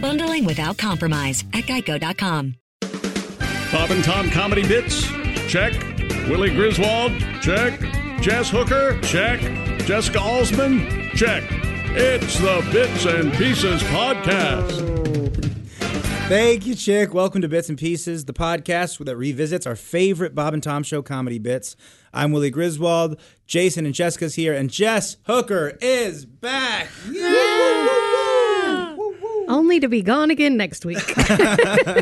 Bundling without compromise at geico.com. Bob and Tom comedy bits? Check. Willie Griswold? Check. Jess Hooker? Check. Jessica Alsman? Check. It's the Bits and Pieces Podcast. Thank you, Chick. Welcome to Bits and Pieces, the podcast that revisits our favorite Bob and Tom show comedy bits. I'm Willie Griswold. Jason and Jessica's here, and Jess Hooker is back. Yeah! Only to be gone again next week.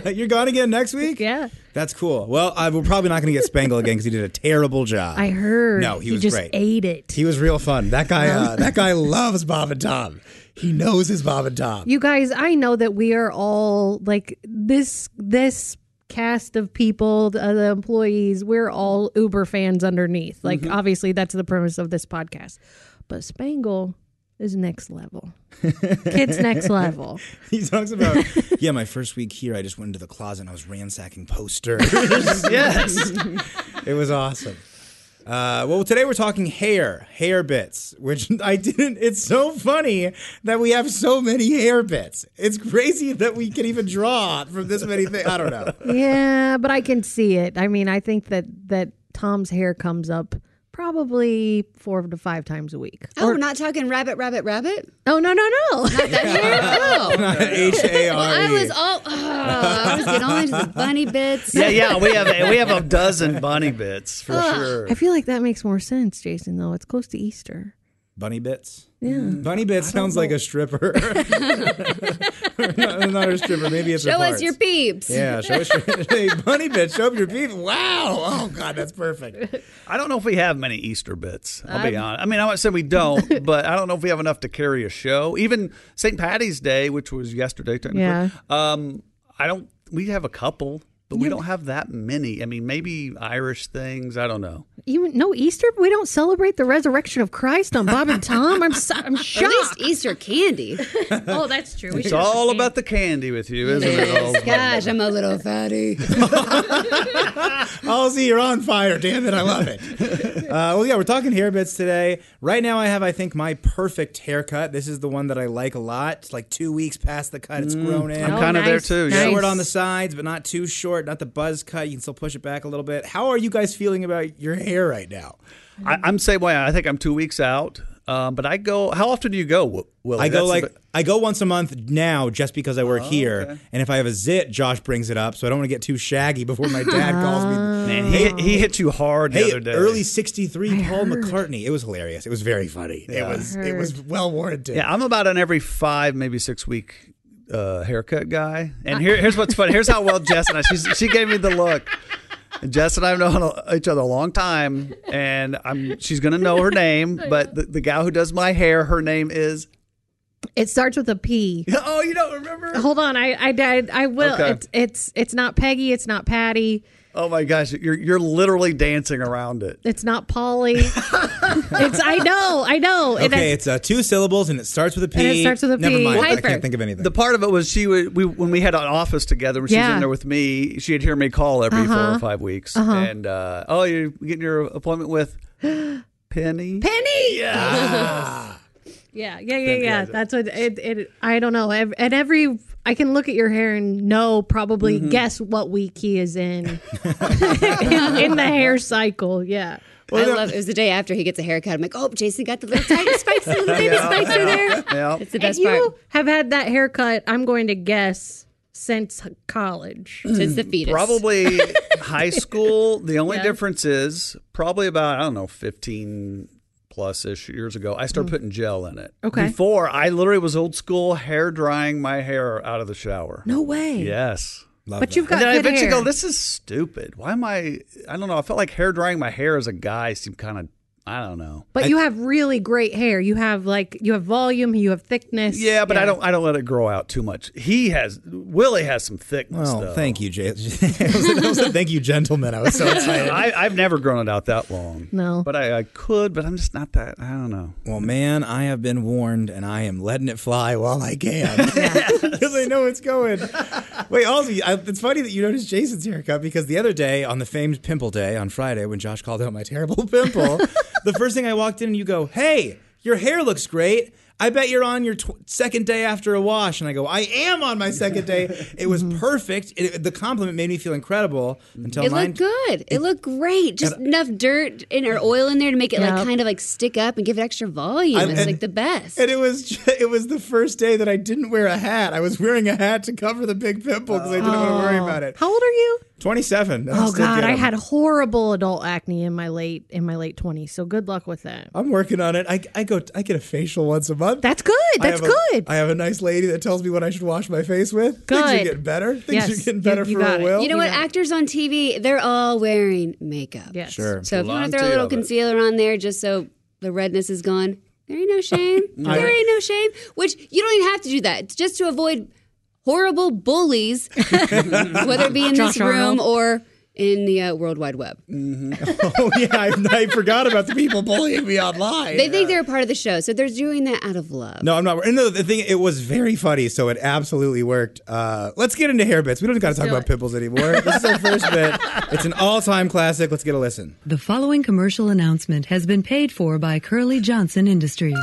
You're gone again next week? Yeah. That's cool. Well, I, we're probably not going to get Spangle again because he did a terrible job. I heard. No, he, he was just great. Ate it. He was real fun. That guy. Uh, that guy loves Bob and Tom. He knows his Bob and Tom. You guys, I know that we are all like this. This cast of people, the, the employees, we're all Uber fans underneath. Like, Mhm. obviously, that's the premise of this podcast. But Spangle is next level. Kids next level. He talks about yeah. My first week here, I just went into the closet and I was ransacking posters. yes, it was awesome. Uh, well, today we're talking hair, hair bits, which I didn't. It's so funny that we have so many hair bits. It's crazy that we can even draw from this many things. I don't know. yeah, but I can see it. I mean, I think that that Tom's hair comes up probably four to five times a week. Oh, we're not talking rabbit, rabbit, rabbit. Oh no, no, no! Not that hair. Oh. H A Well, R I E. was all. Oh, I was getting all into the Oh, bunny bits. Yeah, yeah, we have we have a dozen bunny bits for Ugh. sure. I feel like that makes more sense, Jason. Though it's close to Easter. Bunny bits. Yeah. Bunny bits sounds like a stripper. not, not a stripper. Maybe it's Show her us your parts. peeps. Yeah, show us your hey, bunny bits. Show up your beef. Wow. Oh God, that's perfect. I don't know if we have many Easter bits. I'll be I'm- honest. I mean, I would say we don't, but I don't know if we have enough to carry a show. Even St. Patty's Day, which was yesterday, technically. Yeah. Um, I don't. We have a couple, but we Yeah. don't have that many. I mean, maybe Irish things. I don't know. Even no Easter. We don't celebrate the resurrection of Christ on Bob and Tom. I'm so, Or at I'm least shocked. Easter candy. oh, that's true. It's all about the candy with you, isn't it? Old man? Gosh, I'm a little fatty. Halsey, you're on fire. Damn it, I love it. Uh, well, yeah, we're talking hair bits today. Right now, I have, I think, my perfect haircut. This is the one that I like a lot. It's like two weeks past the cut. It's grown in. Mm. I'm kind of there nice, too. Yeah. nice. Short on the sides, but not too short. Not the buzz cut. You can still push it back a little bit. How are you guys feeling about your hair right now? Mm-hmm. I, I'm same way. I think I'm two weeks out. Um, but I go. How often do you go, Wi- Willie? I go That's Oh, the like bi- I go once a month now, just because I work here. And if I have a zit, Josh brings it up, so I don't want to get too shaggy before my dad calls me. Man, he, he hit you hard the Hey, other day. early '63 Paul McCartney. It was hilarious. It was very funny. It was it was well warranted. Yeah, I'm about an every five, maybe six week uh, haircut guy. And here, here's what's funny. Here's how well Jess and I. She's, she gave me the look. And Jess and I have known a- each other a long time, and I'm she's gonna know her name. But the, the gal who does my hair, her name is. It starts with a P. Oh, you don't remember? Hold on, I I I, I will. Okay. It's it's it's not Peggy. It's not Patty. Oh my gosh, you're you're literally dancing around it. It's not Polly. it's I know. I know. And Okay, I- it's uh, two syllables and it starts with a P. And it starts with a Never P. mind. I Piper. can't think of anything. The part of it was she would we when we had an office together when she was Yeah. Uh-huh. in there with me, she'd hear me call every four or five weeks, and uh, oh, you're getting your appointment with Penny. Penny. Yeah, yeah, yeah, yeah. That's what it, it. I don't know. Ev- At every, I can look at your hair and know probably Mm-hmm. guess what week he is in in the hair cycle. Yeah, I love. It was the day after he gets a haircut. I'm like, oh, Jason got the little tiny spikes, and the little baby spikes in there. Yeah. It's the and best you part. have had that haircut. I'm going to guess since college. Since the fetus. Hmm. Probably high school. The only Yeah. difference is probably about, I don't know, 15 plus ish years ago, I started putting gel in it. Hmm. Okay. Before, I literally was old school hair drying my hair out of the shower. No way. Yes. Love But you've and got then I good eventually hair. go, this is stupid. Why am I? I don't know. I felt like hair drying my hair as a guy seemed kind of, I don't know. but you have really great hair. You have like you have volume. You have thickness. Yeah, but I don't. I don't let it grow out too much. He has Willie has some thickness. Well, though. thank you, Jay. I was like- I was like, thank you, gentlemen. I was so excited. I, I've never grown it out that long. No. but I, I could. But I'm just not that. I don't know. Well, man, I have been warned, and I am letting it fly while I can because I know it's going. Wait, also, I, it's funny that you noticed Jason's haircut because the other day on the famed pimple day on Friday when Josh called out Oh, my terrible pimple, the first thing I walked in and you go, "Hey, your hair looks great." I bet you're on your tw- second day after a wash, and I go, "I am on my second day. It was perfect. It, the compliment made me feel incredible." Until It mine, looked good. It, looked great. Just enough dirt and or oil in there to make it Yeah. like kind of like stick up and give it extra volume. I'm- it's and- like the best. And it was ju- it was the first day that I didn't wear a hat. I was wearing a hat to cover the big pimple because I didn't want to worry about it. Oh. How old are you? Twenty seven. Oh God, I had horrible adult acne in my late in my late twenties. So good luck with that. I'm working on it. I, I go. I get a facial once a month. That's good. I That's have a- good. I have a nice lady that tells me what I should wash my face with. Things are Good. getting better. Things Yes, are getting you- better you for got a it. will. you know what? Actors on TV, they're all wearing makeup. yes. Sure. So if you want to throw a Plenty little of it. concealer on there just so the redness is gone, there ain't no shame. there ain't no shame. Which you don't even have to do that. It's just to avoid horrible bullies, whether it be in Josh this room Arnold. or in the uh, World Wide Web. oh yeah, I, I forgot about the people bullying me online. They think they're a part of the show, so they're doing that out of love. No, I'm not. And no, the thing, it was very funny, so it absolutely worked. Uh, let's get into hair bits. We don't got to talk about pimples anymore. This is our first bit. It's an all-time classic. Let's get a listen. The following commercial announcement has been paid for by Curly Johnson Industries.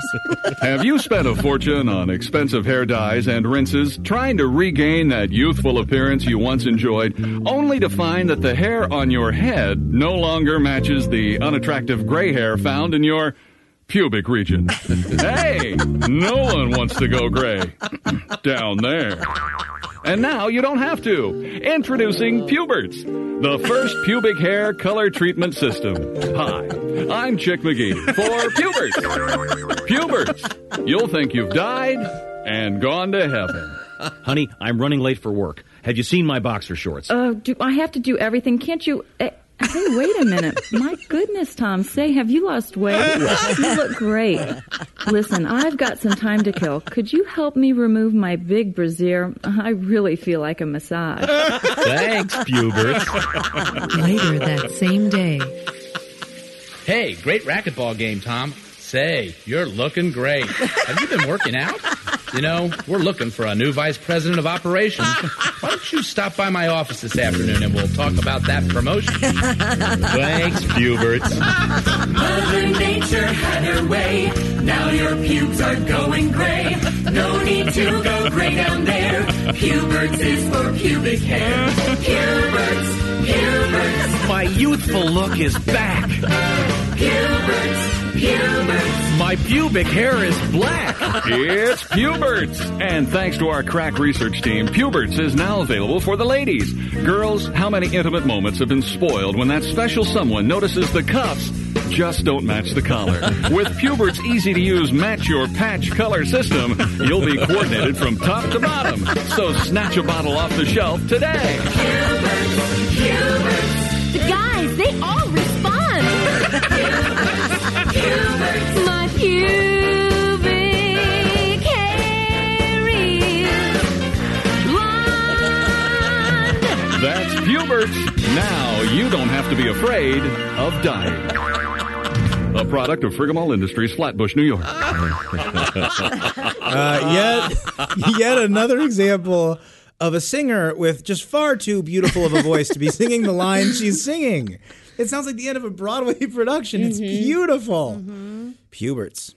Have you spent a fortune on expensive hair dyes and rinses trying to regain that youthful appearance you once enjoyed, only to find that the hair on your head no longer matches the unattractive gray hair found in your pubic region? hey, no one wants to go gray down there. And now you don't have to. Introducing Puberts, the first pubic hair color treatment system. Hi, I'm Chick McGee for Puberts. Puberts, you'll think you've died and gone to heaven. Honey, I'm running late for work. Have you seen my boxer shorts? Oh, do I have to do everything? Can't you? Uh, hey, wait a minute. My goodness, Tom. Say, have you lost weight? you look great. Listen, I've got some time to kill. Could you help me remove my big brassiere? I really feel like a massage. Thanks, pubert. Later that same day, Hey, great racquetball game, Tom. Say, you're looking great. Have you been working out? You know, we're looking for a new vice president of operations. Why don't you stop by my office this afternoon and we'll talk about that promotion? Thanks, Puberts. Mother Nature had her way. Now your pubes are going gray. No need to go gray down there. Puberts is for pubic hair. Puberts, puberts, My youthful look is back. puberts, puberts. My pubic hair is black. It's Puberts. And thanks to our crack research team, Puberts is now available for the ladies. Girls, how many intimate moments have been spoiled when that special someone notices the cuffs just don't match the collar? With Puberts' easy to use match your patch color system, you'll be coordinated from top to bottom. So snatch a bottle off the shelf today. Puberts, The guys, they all respond. puberts, My pubic hair is blonde. That's Puberts. Now you don't have to be afraid of dying. A product of Frigamall Industries, Flatbush, New York. Uh, yet, yet another example of a singer with just far too beautiful of a voice to be singing the line she's singing. It Mm-hmm. sounds like the end of a Broadway production. It's beautiful. Puberts.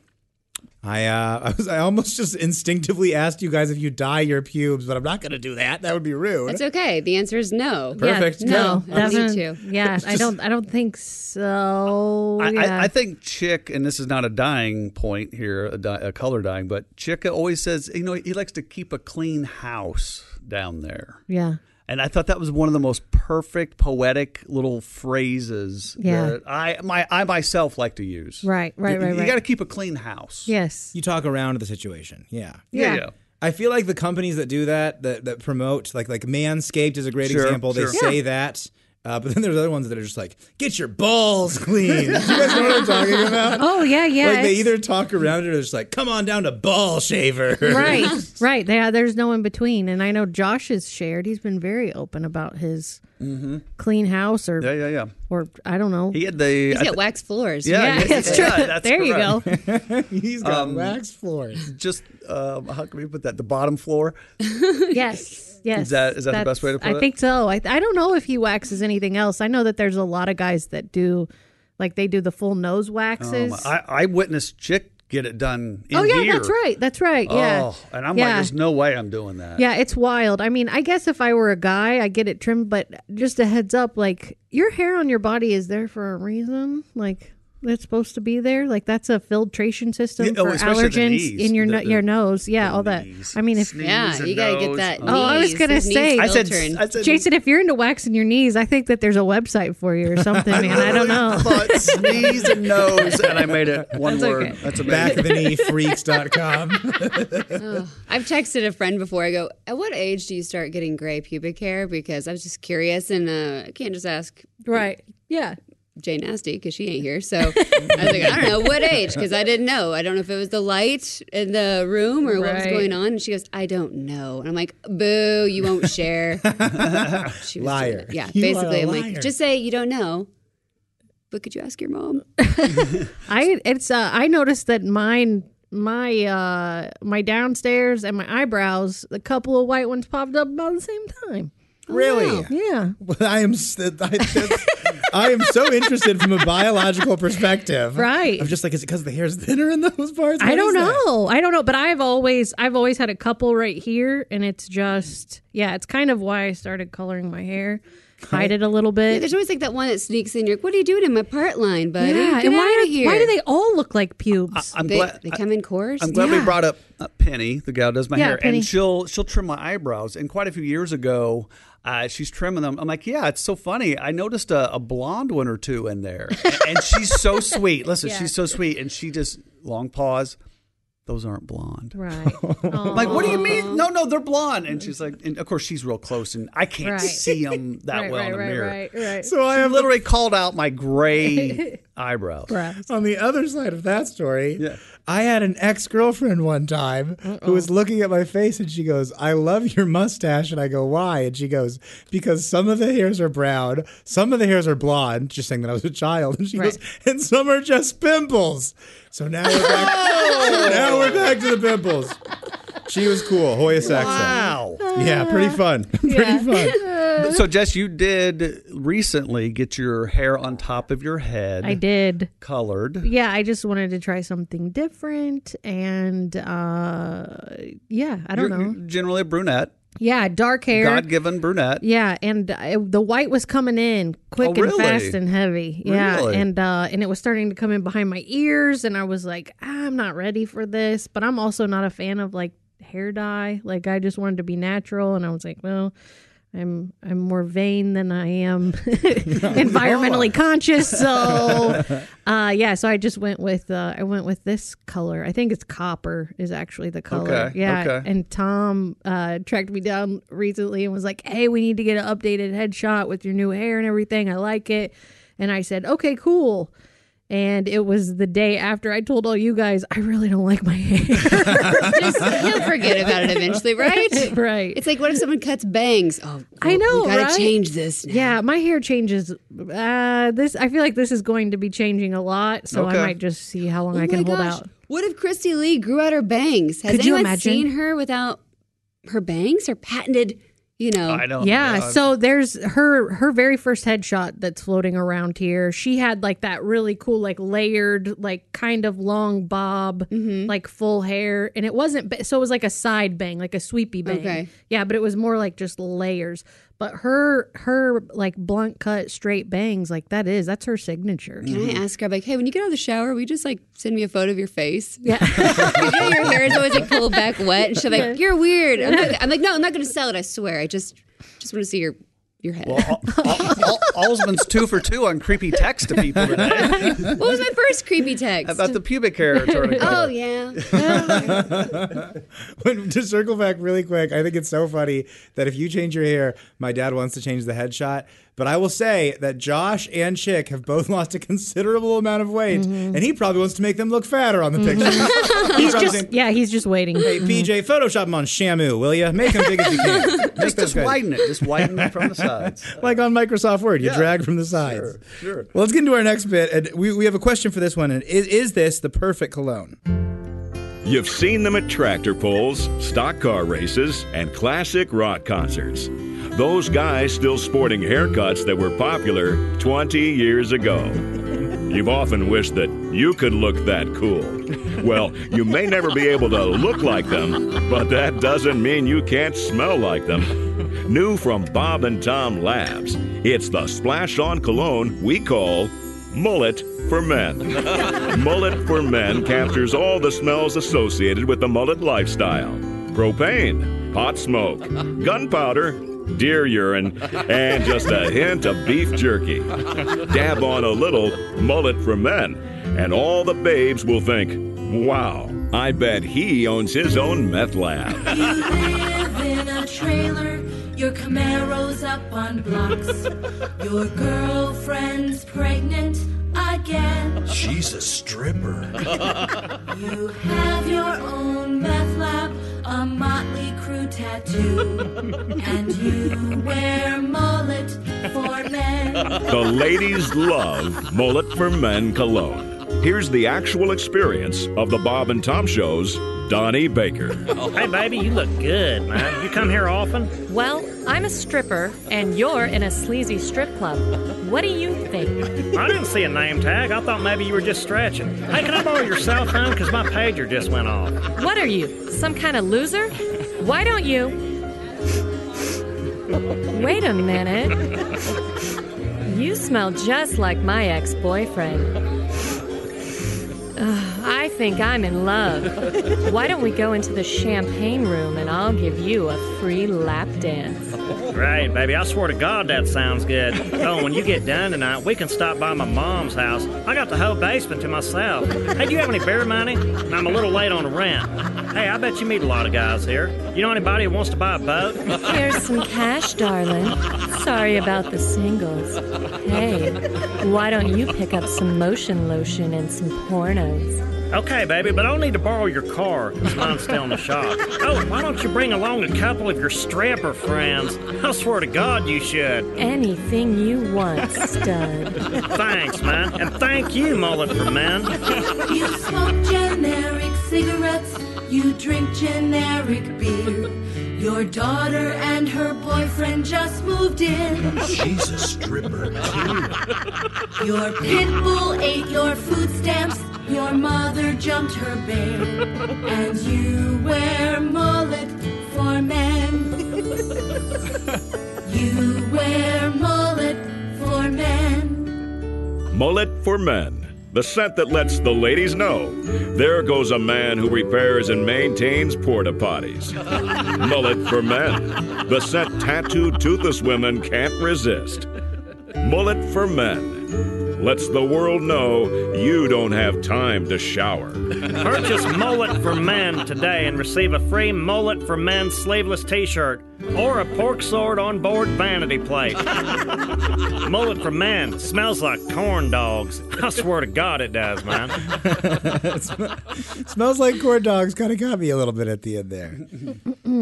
I uh, I was I almost just instinctively asked you guys if you dye your pubes, but I'm not going to do that. That would be rude. That's okay. The answer is no. Perfect. Yeah, no, No, I don't doesn't- need to. Yeah, I don't. I don't think so. I, Oh, yeah. I, I think Chick, and this is not a dying point here, a, di- a color dying, but Chick always says, you know, he likes to keep a clean house down there. yeah. And I thought that was one of the most perfect poetic little phrases Yeah. that I my I myself like to use. Right, right, You- right, You right. got to keep a clean house. Yes. You talk around the situation. Yeah. Yeah, Yeah. yeah. I feel like the companies that do that, that, that promote, like like Manscaped is a great Sure, example. They sure. say Yeah. that. Uh, but then there's other ones that are just like, get your balls clean. you guys know what I'm talking Uh-huh. about? Oh, yeah, yeah, Like they it's- either talk around it or they're just like, come on down to ball shaver. right, right. Yeah, there's no in between. And I know Josh has shared. He's been very open about his Mm-hmm. clean house or Yeah, yeah, yeah. or I don't know. He had the I th- wax floors. Yeah, Yeah, yes, that's he true. does. That's there you go. correct. He's got wax floors. Um, Just uh, how can we put that? The bottom floor. yes. Yes. Is that- is that the best way to I put it? think so. I, I don't know if he waxes anything else. I know that there's a lot of guys that do, like they do the full nose waxes. Um, I, I witnessed Chick get it done. In oh yeah, here. that's right. That's right. Yeah. Oh, and I'm like, yeah. there's no way I'm doing that. yeah, it's wild. I mean, I guess if I were a guy, I get it trimmed, but just a heads up, like your hair on your body is there for a reason. Like it's supposed to be there. Like that's a filtration system Yeah, oh, for especially the allergens knees, in your the- no- the- your nose. Yeah, all that. I mean, if Yeah, you gotta get that. Oh, I was knees- gonna those knees say, filtering. Jason, if you're into waxing your knees, I think that there's a website for you or something, man. I don't know. But sneeze and nose, and I made it one That's word. okay. That's Back amazing. of the knee freaks.com. I've texted a friend before. I go, at what age do you start getting gray pubic hair? Because I was just curious, and uh, I can't just ask. Right. Yeah. Jay Nasty, because she ain't here. So I was like, I don't know what age, because I didn't know. I don't know if it was the light in the room or what was Right. going on. And she goes, I don't know. And I'm like, boo, you won't share. She was doing liar. it. Yeah, You are a basically, I'm like, liar. just say you don't know. But could you ask your mom? I it's uh, I noticed that mine my uh my downstairs and my eyebrows a couple of white ones popped up about the same time. Really? Oh. Yeah. Well, I am. s- I, that's- I am so interested from a biological perspective. Right. I'm just like, is it because the hair's thinner in those parts? I What don't is that? know. I don't know, but I've always I've always had a couple right here and it's just yeah, it's kind of why I started coloring my hair. Hide it a little Yeah, bit. there's always like that one that sneaks in. You're like, what are you doing in my part line, buddy? Yeah, Get and why outta do- here. why do they all look like pubes? I- I'm they, glad- they come in course. I'm glad we brought up uh, Penny, the gal who does my Yeah, hair, Penny. and she'll she'll trim my eyebrows. And quite a few years ago, uh, she's trimming them. I'm like, yeah, it's so funny. I noticed a, a blonde one or two in there, and, and she's so sweet. Listen, Yeah. she's so sweet, and she just long pause. Those aren't blonde. Right. I'm like, what do you mean? No, no, they're blonde. And she's like, and of course she's real close, and I can't Right. see them that Right, well in right, the right, mirror. right, right. So I have literally called out my gray eyebrows. On the other side of that story, I had an ex girlfriend one time who was looking at my face and she goes, I love your mustache. And I go, why? And she goes, because some of the hairs are brown, some of the hairs are blonde, just saying that I was a child. And she Right. goes, and some are just pimples. So now we're back, Oh! now we're back to the pimples. She was cool. Hoya Saxon. Wow. Yeah, pretty fun. pretty fun. uh, So Jess, you did recently get your hair on top of your head. I did. Colored. yeah i just wanted to try something different and uh yeah i You're- don't know you're Generally a brunette. yeah dark hair God given brunette. yeah and uh, the white was coming in quick Oh, and really? fast and heavy yeah Really? and uh and it was starting to come in behind my ears and i was like i'm not ready for this but i'm also not a fan of like hair dye like i just wanted to be natural and i was like well I'm I'm more vain than I am environmentally conscious, so uh, yeah, so I just went with uh, I went with this color. I think it's copper is actually the color. Okay, Yeah. okay. And Tom uh, tracked me down recently and was like, "Hey, we need to get an updated headshot with your new hair and everything. I like it." And I said, "Okay, cool." And it was the day after I told all you guys I really don't like my hair. Just, you'll forget about it eventually, right? right. It's like, what if someone cuts bangs? Oh, I know. We gotta right? change this. Yeah, my hair changes. Uh, this I feel like this is going to be changing a lot, so Okay. I might just see how long Oh I can my hold gosh. out. What if Christy Lee grew out her bangs? Has Could you anyone imagine? seen her without her bangs? Her patented you know. I don't. Oh, yeah so there's her her very first headshot that's floating around here she had like that really cool like layered like kind of long bob Mm-hmm. like full hair and it wasn't ba- so it was like a side bang like a sweepy bang Okay. yeah but it was more like just layers but her her like blunt cut straight bangs like that is that's her signature Can Mm-hmm. I ask her like, hey, when you get out of the shower, will you just like send me a photo of your face? Yeah. your hair is always like pulled back wet. And she's like, you're weird. I'm like, I'm like, no, I'm not gonna sell it, I swear. I just just want to see your your head. Alsman's two for two on creepy text to people today what was my first creepy text? about the pubic hair turning. Oh yeah. When- to circle back really quick, I think it's so funny that if you change your hair, my dad wants to change the headshot. But I will say that Josh and Chick have both lost a considerable amount of weight, Mm-hmm. and he probably wants to make them look fatter on the picture. he's just yeah he's just waiting Hey, Mm-hmm. PJ, Photoshop him on Shamu, will you? Make him big as you can. Make Just, those just guys- widen it. Just widen it from the sides. like on Microsoft Word, you Yeah. drag from the sides. Sure. Well, let's get into our next bit. And we, we have a question for this one. And is, is this the perfect cologne? You've seen them at tractor pulls, stock car races, and classic rock concerts. Those guys still sporting haircuts that were popular 20 years ago. You've often wished that you could look that cool. Well, you may never be able to look like them, but that doesn't mean you can't smell like them. New from Bob and Tom Labs, it's the splash on cologne we call Mullet for Men. mullet for Men captures all the smells associated with the mullet lifestyle propane, hot smoke, gunpowder, deer urine, and just a hint of beef jerky. Dab on a little Mullet for Men, and all the babes will think, wow, I bet he owns his own meth lab. You live in a trailer, your Camaro's up on blocks. Your girlfriend's pregnant again. She's a stripper. You have your own meth lab, a motley crew tattoo, and you wear mullet for men. The ladies love Mullet for Men cologne. Here's the actual experience of the Bob and Tom Show's Donnie Baker. Oh, Hey, baby, you look good, man. You come here often? Well, I'm a stripper, and you're in a sleazy strip club. What do you think? I didn't see a name tag. I thought maybe you were just stretching. Hey, can I borrow your cell phone? Because my pager just went off. What are you, some kind of loser? Why don't you? Wait a minute. You smell just like my ex boyfriend. I think I'm in love. Why don't we go into the champagne room and I'll give you a free lap dance? Great, baby. I swear to God, that sounds good. Oh, when you get done tonight, we can stop by my mom's house. I got the whole basement to myself. Hey, do you have any beer money? And I'm a little late on rent. Hey, I bet you meet a lot of guys here. You know anybody who wants to buy a boat? Here's some cash, darling. Sorry about the singles. Hey, why don't you pick up some motion lotion and some pornos? Okay, baby, but I'll need to borrow your car 'cause mine's still in the shop. Oh, why don't you bring along a couple of your stripper friends? I swear to God, you should. Anything you want, stud. Thanks, man. And thank you, Mullet for Men. You smoke generic cigarettes, you drink generic beer. Your daughter and her boyfriend just moved in. She's a stripper. Your pit bull ate your food stamps. Your mother jumped her bear. And you wear mullet for men. You wear mullet for men. Mullet for Men, the scent that lets the ladies know there goes a man who repairs and maintains porta potties. Mullet for Men, the scent tattooed toothless women can't resist. Mullet for Men lets the world know you don't have time to shower. Purchase Mullet for Men today and receive a free Mullet for Men sleeveless t shirt or a pork sword on board vanity plate. mullet for Men smells like corn dogs. I swear to God, it does, man. Smells like Mm-hmm. corn dogs. Kind of got me a little bit at the end there.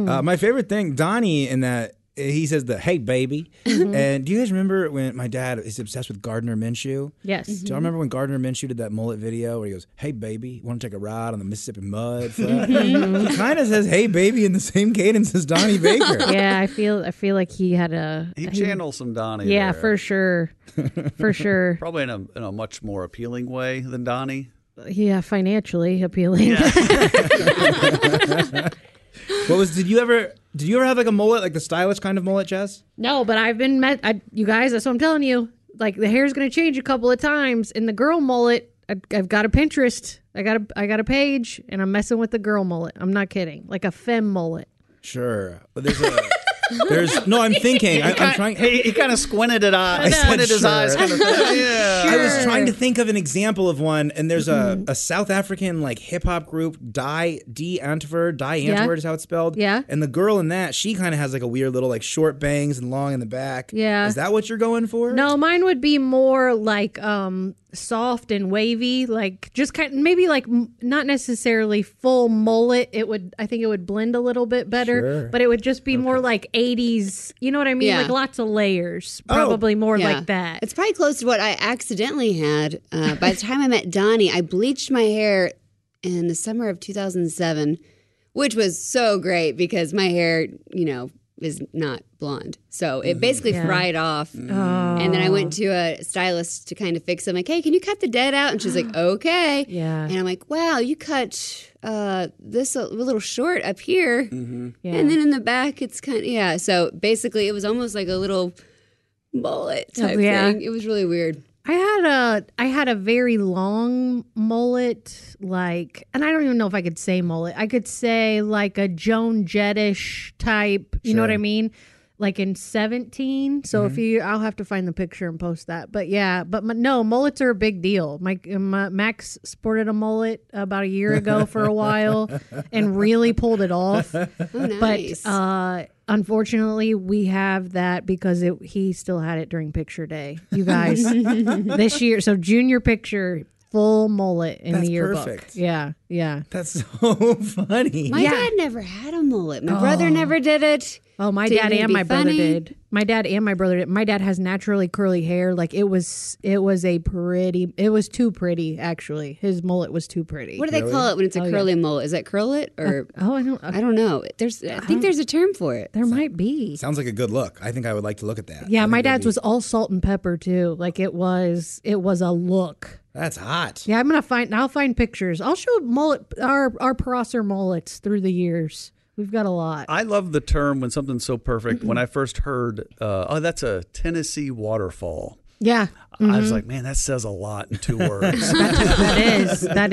uh, my favorite thing, Donnie, in that he says the hey baby, Mm-hmm. and do you guys remember when my dad is obsessed with Gardner Minshew? Yes. Mm-hmm. Do y'all remember when Gardner Minshew did that mullet video where he goes, "Hey baby, want to take a ride on the Mississippi mud?" Flat? Mhm. he kind of says, "Hey baby," in the same cadence as Donnie Baker. yeah, I feel I feel like he had a He channels some Donnie. Yeah, there. for sure, for sure. Probably in a, in a much more appealing way than Donnie. Uh, Yeah, financially appealing. What was? Did you ever? Did you ever have like a mullet, like the stylish kind of mullet, Jess? No, but I've been met. I, you guys, that's what I'm telling you. Like the hair's gonna change a couple of times, and the girl mullet. I, I've got a Pinterest. I got a I got a page, and I'm messing with the girl mullet. I'm not kidding. Like a femme mullet. Sure. But there's a. There's no. I'm thinking. I, I'm trying. He, he kind of squinted at I eyes. said Squinted his sure. eyes. Kind of, yeah. I was trying to think of an example of one, and there's a, Mm-hmm. a South African like hip hop group, Die D Antwoord, Die Yeah. Antwoord is how it's spelled. Yeah. And the girl in that, she kind of has like a weird little like short bangs and long in the back. Yeah. Is that what you're going for? No, mine would be more like um soft and wavy, like just kind maybe like m- not necessarily full mullet. It would I think it would blend a little bit better, Sure. but it would just be more like 80s. You know what I mean? Yeah. Like lots of layers. Oh, Probably more Yeah. like that. It's probably close to what I accidentally had. Uh, by the time I met Donnie, I bleached my hair in the summer of 2007, which was so great because my hair, you know, is not blonde. So it basically Yeah. Oh. fried off. And then I went to a stylist to kind of fix it. I'm like, hey, can you cut the dead out? And she's like, okay. Yeah. And I'm like, wow, you cut uh, this a little short up here. Mm. Mm-hmm. Yeah. And then in the back, it's kind of, yeah. So basically, it was almost like a little mullet Oh, type yeah. thing. It was really weird. I had a I had a very long mullet, like, and I don't even know if I could say mullet. I could say like a Joan Jettish type. You know what Sure. I mean? Like in seventeen. So if Mhm. you, I'll have to find the picture and post that. But yeah, but my, no, mullets are a big deal. My, my Max sported a mullet about a year ago for a while and really pulled it off. But uh, unfortunately, we have that because it, he still had it during picture day. You guys, this year, so junior picture, full mullet in That's the yearbook. perfect. Yeah, yeah. That's so funny. My Yeah. dad never had a mullet. My brother Oh. never did it. Oh, my Didn't dad and be my brother funny. did. My dad and my brother did. My dad has naturally curly hair. Like it was, it was a pretty. It was too pretty, actually. His mullet was too pretty. What do they call it when it's a Oh, yeah. curly mullet? Is that curl it or? oh, I don't. uh-huh. I don't know. There's, I think there's a term for it. There might be. Sounds like a good look. I think I would like to look at that. Yeah, my dad's was all salt and pepper too. Like it was, it was a look. That's hot. Yeah, I'm gonna find. I'll find pictures. I'll show mullet our our Prosser mullets through the years. We've got a lot. I love the term when something's so perfect. When I first heard, uh, oh, that's a Tennessee waterfall. Yeah, I was Mhm. like, man, that says a lot in two words. that is. That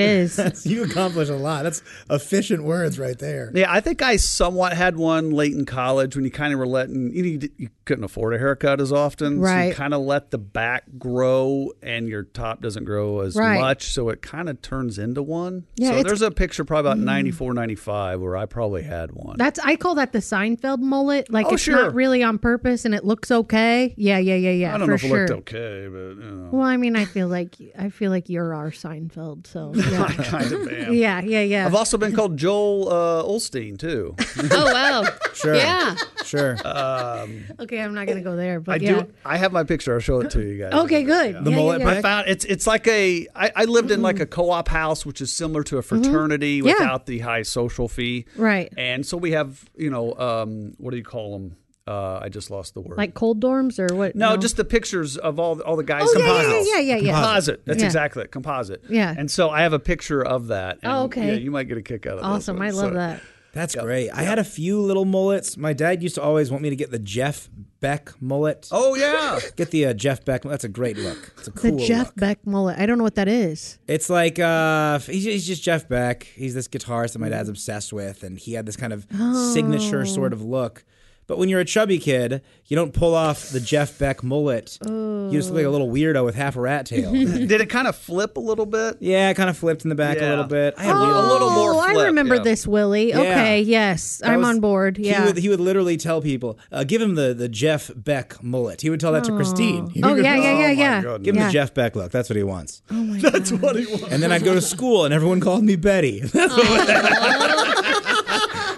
is. You accomplish a lot. That's efficient words right there. Yeah, I think I somewhat had one late in college when you kind of were letting you, know, you couldn't afford a haircut as often, So you Right. kind of let the back grow and your top doesn't grow as Right. much, so it kind of turns into one. Yeah, so it's- there's a picture probably about 94, 95 where I probably had one. That's I call that the Seinfeld mullet. Like Oh, it's sure. not really on purpose and it looks okay. Yeah, yeah, yeah, yeah. I don't for know if sure. it looked okay, but you know. Well, I mean, I feel like I feel like you're our Seinfeld. So yeah, kind of am. yeah, yeah, yeah. I've also been called Joel uh, Olstein too. Oh wow. Sure. Yeah. Sure. Um, okay, I'm not gonna go there, but I yeah. do. I have my picture. I'll show it to you guys. Okay, good. The yeah, mullet yeah, yeah. I found it's it's like a I, I lived in like a co-op house which is similar to a fraternity Mm-hmm. Yeah. without the high social fee. Right. And so we have, you know, um what do you call them? Uh I just lost the word. Like cold dorms or what? no, just the pictures of all all the guys. Oh, yeah, yeah, yeah, yeah, yeah, yeah. Composite. That's Yeah. exactly it. Composite. Yeah. And so I have a picture of that. and, Oh, okay. Yeah, you might get a kick out of this Awesome. one. I love So- that. That's great. I had a few little mullets. My dad used to always want me to get the Jeff Beck mullet. Oh yeah, get the uh, Jeff Beck. That's a great look. It's a The cool. Jeff look. Beck mullet. I don't know what that is. It's like uh, he's, he's just Jeff Beck. He's this guitarist that my dad's obsessed with, and he had this kind of signature Oh. sort of look. But when you're a chubby kid, you don't pull off the Jeff Beck mullet. You just look like a little weirdo with half a rat tail. Did it kind of flip a little bit? yeah, it kind of flipped in the back a Yeah. little bit. I had Oh, really- a little more Oh, I flip, remember yeah. this, Willie. Yeah. Okay, yes, That I'm was- on board. Yeah. He would, he would literally tell people, uh, give him the, the Jeff Beck mullet. He would tell that to Christine. Aw. Oh, yeah, yeah, yeah, Oh, my yeah. goodness. Give him Yeah. the Jeff Beck look. That's what he wants. oh my That's what it was. And then I'd go to school and everyone called me Betty. That's what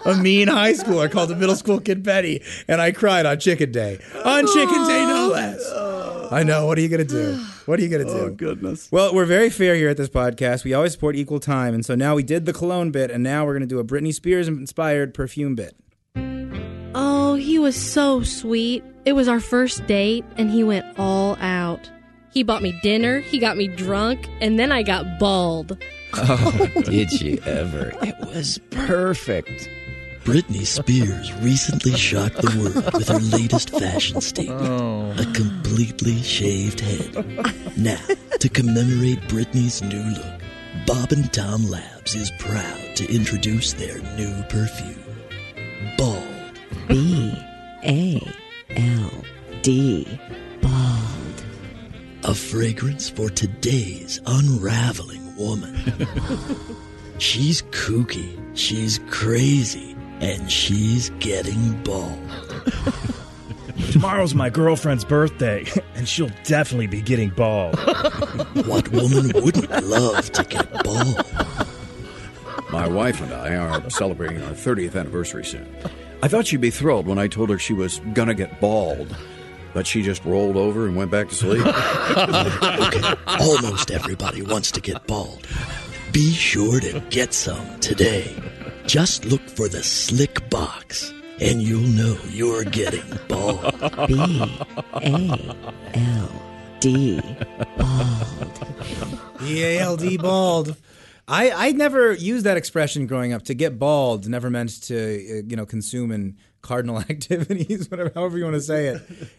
a mean high schooler called a middle school kid Betty, and I cried on Chicken Day. On Chicken Day, no less. I know. What are you gonna do? What are you gonna do? Oh goodness. Well, we're very fair here at this podcast. We always support equal time, and so now we did the cologne bit, and now we're gonna do a Britney Spears inspired perfume bit. Oh, he was so sweet. It was our first date, and he went all out. He bought me dinner, he got me drunk, and then I got bald. Oh, did she ever? It was perfect. Britney Spears recently shocked the world with her latest fashion statement Oh. a completely shaved head. Now, to commemorate Britney's new look, Bob and Tom Labs is proud to introduce their new perfume Bald. B A L D. A fragrance for today's unraveling woman. she's kooky, she's crazy, and she's getting bald. Tomorrow's my girlfriend's birthday, and she'll definitely be getting bald. What woman wouldn't love to get bald? My wife and I are celebrating our 30th anniversary soon. I thought she'd be thrilled when I told her she was going to get bald, but she just rolled over and went back to sleep. Almost everybody wants to get bald. Be sure to get some today. Just look for the slick box, and you'll know you're getting bald. B A L D. B E A L D bald. I, I never used that expression growing up. To get bald never meant to uh, you know consume in cardinal activities, whatever, however you want to say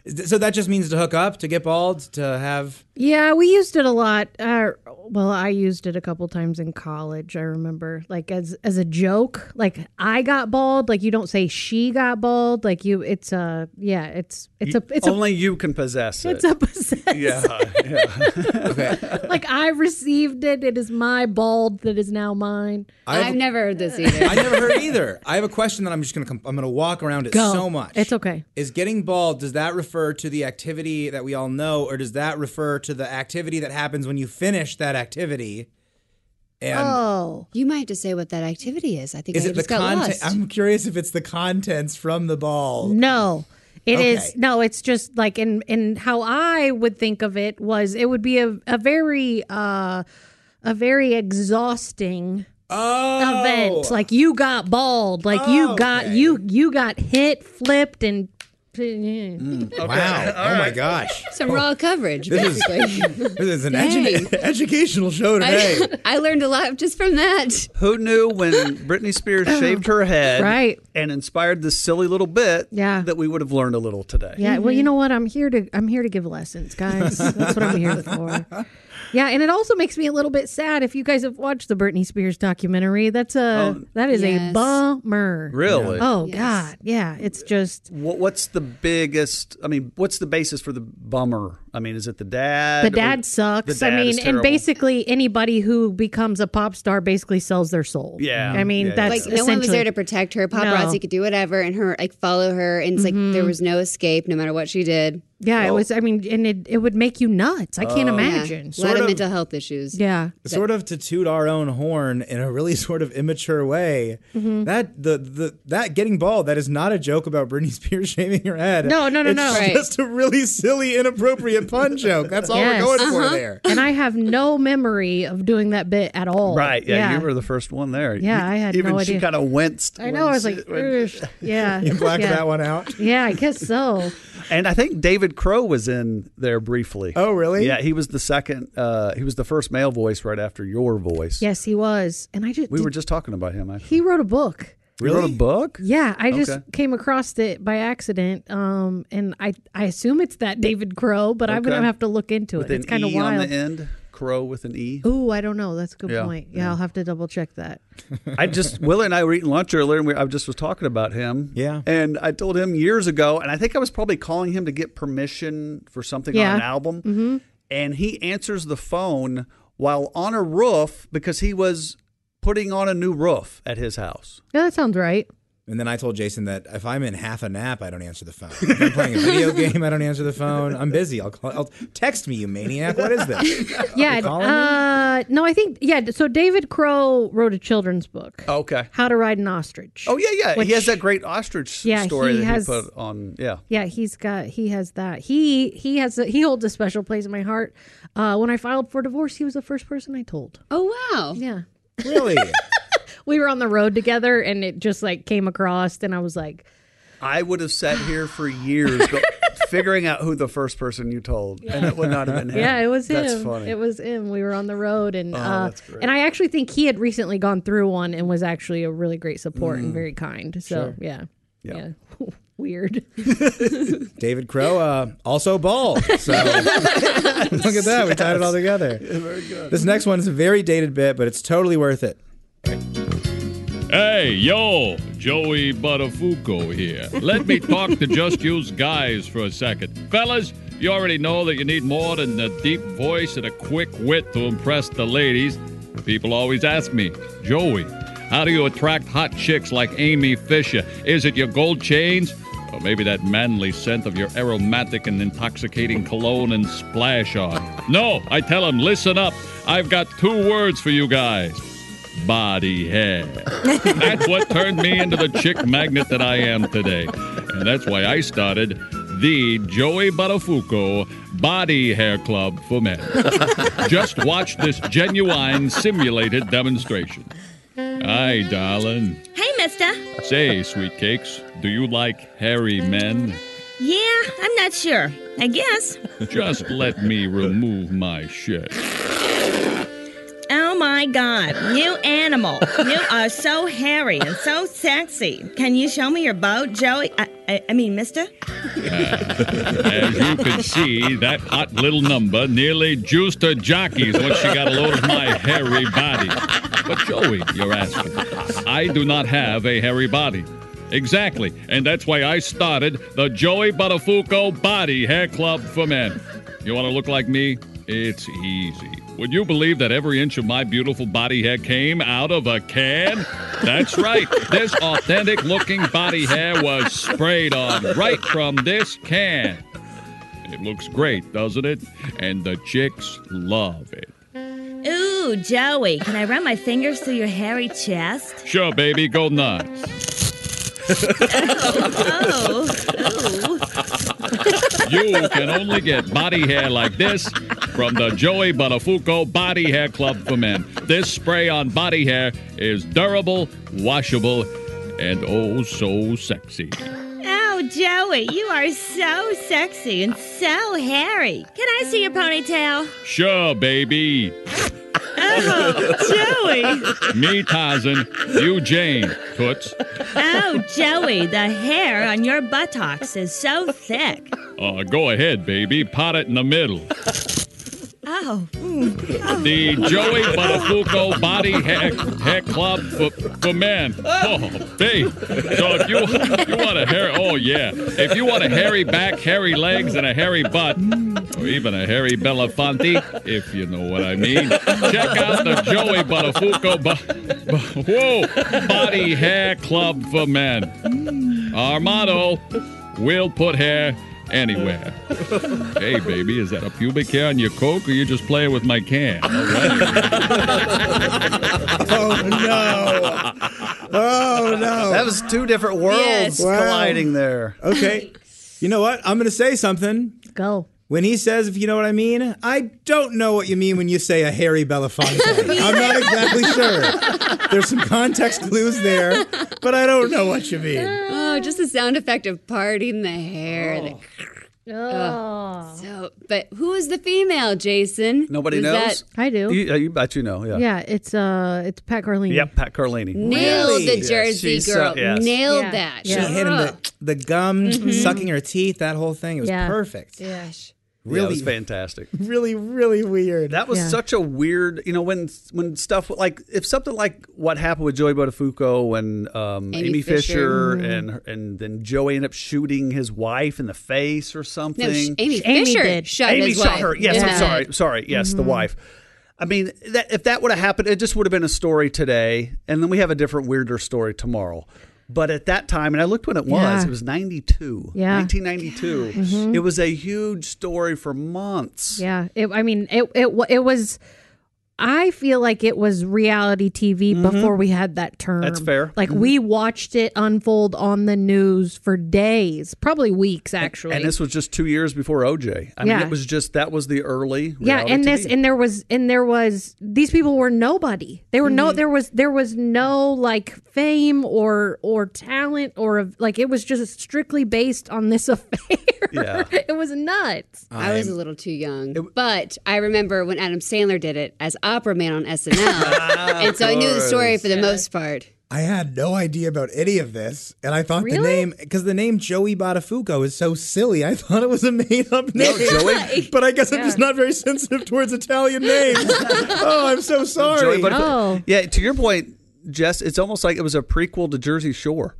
it. So that just means to hook up, to get bald, to have. Yeah, we used it a lot. Uh, well, I used it a couple times in college. I remember, like as as a joke, like I got bald. Like you don't say she got bald. Like you, it's a yeah, it's it's a it's Only you can possess a it. it's a possess. yeah, yeah. like I received it. It is my bald that is now mine. I have- I've never heard this either. I never heard either. I have a question that I'm just gonna com- I'm gonna walk around it Go. so much. It's okay. Is getting bald, does that refer to the activity that we all know, or does that refer to the activity that happens when you finish that activity? And oh, you might have to say what that activity is. I think is I it the just got content? lost. I'm curious if it's the contents from the ball. No. it is Okay. no, it's just like in in how I would think of it was it would be a, a very uh a very exhausting oh. event. Like you got balled, like you got you you got hit, flipped and Wow. Oh my gosh. Some raw coverage, This is, basically. this is an edu- educational show today. I, I learned a lot just from that. Who knew when Britney Spears shaved her head Right. and inspired this silly little bit Yeah. that we would have learned a little today? Yeah, well, you Mm-hmm. know what? I'm here to I'm here to give lessons, guys. That's what I'm here for. Yeah, and it also makes me a little bit sad if you guys have watched the Britney Spears documentary. That's a that is a yes. bummer. Really? Oh God. Yeah. It's just What, what's the biggest? I mean, what's the basis for the bummer? I mean, is it the dad? The or- dad sucks. The dad I is mean, and terrible. basically anybody who becomes a pop star basically sells their soul. Yeah. I mean, like that's no one was essentially- there to protect her. Paparazzi No. could do whatever, and her like follow her, and it's Mhm. like there was no escape, no matter what she did. Yeah, it was. I mean, and it, it would make you nuts. I can't Oh. Yeah. imagine. A lot of mental health issues. Yeah. Sort of to toot our own horn in a really sort of immature way. Mhm. That the, the that getting bald that is not a joke about Britney Spears shaving her head. No, no, no, it's no. Right. Just a really silly, inappropriate pun joke. That's all Yes. Uh-huh. we're going for Uh-huh. there. And I have no memory of doing that bit at all. Right. Yeah, you were the first one there. Yeah, You- I had even no she idea. kind of winced. I know. I was like, "Ugh." yeah. You blacked yeah. that one out? Yeah, I guess so. And I think David Crow was in there briefly. Oh, really? Yeah, he was the second. Uh, he was the first male voice right after your voice. Yes, he was. And I just We did- were just talking about him. Actually. he wrote a book. He wrote a book. Yeah, I just Okay. came across it by accident, um, and I I assume it's that David Crow, but I'm gonna Okay. have to look into With it. It's an kind of E wild. on the end. Crow with an E. Ooh, I don't know. That's a good Yeah, point. Yeah, I'll have to double check that. I just Willie and I were eating lunch earlier, and we, I just was talking about him. Yeah, and I told him years ago, and I think I was probably calling him to get permission for something Yeah. on an album, Mhm. and he answers the phone while on a roof because he was putting on a new roof at his house. Yeah, that sounds right. And then I told Jason that if I'm in half a nap, I don't answer the phone. If I'm playing a video game, I don't answer the phone. I'm busy. I'll call. I'll text me, you maniac. What is this? Yeah. calling me? Uh, no, I think yeah. So David Crow wrote a children's book, oh, Okay. How to Ride an Ostrich. Oh yeah, yeah. Which- he has that great ostrich Yeah, story he that has- he put on. Yeah. Yeah, he's got he has that. He he has a, he holds a special place in my heart. Uh, when I filed for divorce, he was the first person I told. Oh wow. Yeah. Really? we were on the road together and it just like came across and I was like, I would have sat here for years go, figuring out who the first person you told, and it would not have been him. yeah, it was That's him. funny. It was him. We were on the road and Oh, uh, that's great. and I actually think he had recently gone through one and was actually a really great support Mm. and very kind. So, Sure. yeah. Yeah. yeah. Weird. David Crow, uh, also bald. So look at that. We tied it all together. very good. This next one is a very dated bit, but it's totally worth it. Hey, yo, Joey Buttafuoco here. Let me talk to just use guys for a second. Fellas, you already know that you need more than a deep voice and a quick wit to impress the ladies. People always ask me, Joey, how do you attract hot chicks like Amy Fisher? Is it your gold chains? Or maybe that manly scent of your aromatic and intoxicating cologne and splash on? No, I tell them, listen up. I've got two words for you guys body hair. That's what turned me into the chick magnet that I am today. And that's why I started the Joey Buttafuoco Body Hair Club for Men. Just watch this genuine simulated demonstration. Hi, darling. Hey, mister. Say, sweet cakes, do you like hairy men? Yeah, I'm not sure. I guess. Just let me remove my shirt. Oh my god, you animal. You are so hairy and so sexy. Can you show me your boat, Joey? I, I, I mean, mister? As you can see, that hot little number nearly juiced her jockeys once she got a load of my hairy body. But Joey, you're asking. I do not have a hairy body. Exactly. And that's why I started the Joey Buttafuoco Body Hair Club for Men. You want to look like me? It's easy. Would you believe that every inch of my beautiful body hair came out of a can? That's right. This authentic looking body hair was sprayed on right from this can. It looks great, doesn't it? And the chicks love it. Ooh, Joey, can I run my fingers through your hairy chest? Sure, baby, go nuts. Oh, ooh. You can only get body hair like this from the Joey Buttafuoco Body Hair Club for Men. This spray on body hair is durable, washable, and oh so sexy. Oh, Joey, you are so sexy and so hairy. Can I see your ponytail? Sure, baby. Oh, Joey. Me, Tarzan. You, Jane. Toots. Oh, Joey, the hair on your buttocks is so thick. Uh, go ahead, baby. Pot it in the middle. Oh. mm. Oh. The Joey Buttafuoco Body Hair, hair Club for, for Men. Oh, babe. So if you, you want a hair, oh yeah. If you want a hairy back, hairy legs, and a hairy butt, or even a hairy Belafonte, if you know what I mean, check out the Joey Buttafuoco bo- bo- whoa, Body Hair Club for Men. Our motto: We'll put hair anywhere. Hey, baby, is that a pubic hair on your coke, or you just playing with my can? Oh no! Oh no! That was two different worlds Yes. Wow. colliding there. Okay. You know what? I'm going to say something. Go. When he says, if you know what I mean, I don't know what you mean when you say a hairy Belafonte. I'm not exactly sure. There's some context clues there, but I don't know what you mean. Oh, just the sound effect of parting the hair. the- Oh. Ugh. So, but who is the female, Jason? Nobody Is knows. that- I do. You, uh, you bet you know. Yeah. Yeah, it's uh it's Pat Carlini. Yep. Pat Carlini. Nailed the Jersey she's, girl. uh, yes. Nailed Yeah. that. She hit him the, the gum, Mm-hmm. Mhm. sucking her teeth, that whole thing. It was Yeah. perfect. Gosh. Really Really- was fantastic. Really, really weird. That was such a weird, you know, when when stuff like if something like what happened with Joey Buttafuoco when um, Amy Amy, Fisher, Fisher. Mm-hmm. and her- and then Joey ended up shooting his wife in the face or something. No, sh- Amy Amy Fisher did. shot Amy his shot wife. her. Yes, Yeah. I'm sorry, sorry. Yes, the Mhm. wife. I mean, that, if that would have happened, it just would have been a story today, and then we have a different, weirder story tomorrow. But at that time, and I looked when it was, Yeah. it was 92. Yeah. 1992. Yeah. Mm-hmm. Mhm. It was a huge story for months. Yeah, it, I mean, it, it wa- it was. I feel like it was reality TV Mm-hmm. before we had that term. That's fair. Like Mhm. we watched it unfold on the news for days, probably weeks, actually. And this was just two years before OJ. I mean, Yeah. it was just, that was the early. yeah, reality and this TV. and there was and there was these people were nobody. They were Mm-hmm. no there was there was no like fame or or talent or of- like it was just strictly based on this affair. Yeah. it was nuts. I was a little too young, but I remember when Adam Sandler did it as opera man on SNL, and so I knew the story Ah, course. for the most part. I had no idea about any of this, and I thought the Really? name because the name Joey Botafuco is so silly. I thought it was a made-up name, Joey- but I guess I'm just not very sensitive towards Italian names. oh, I'm so sorry. Joey Butterf- Oh. Yeah, to your point, Jess, it's almost like it was a prequel to Jersey Shore.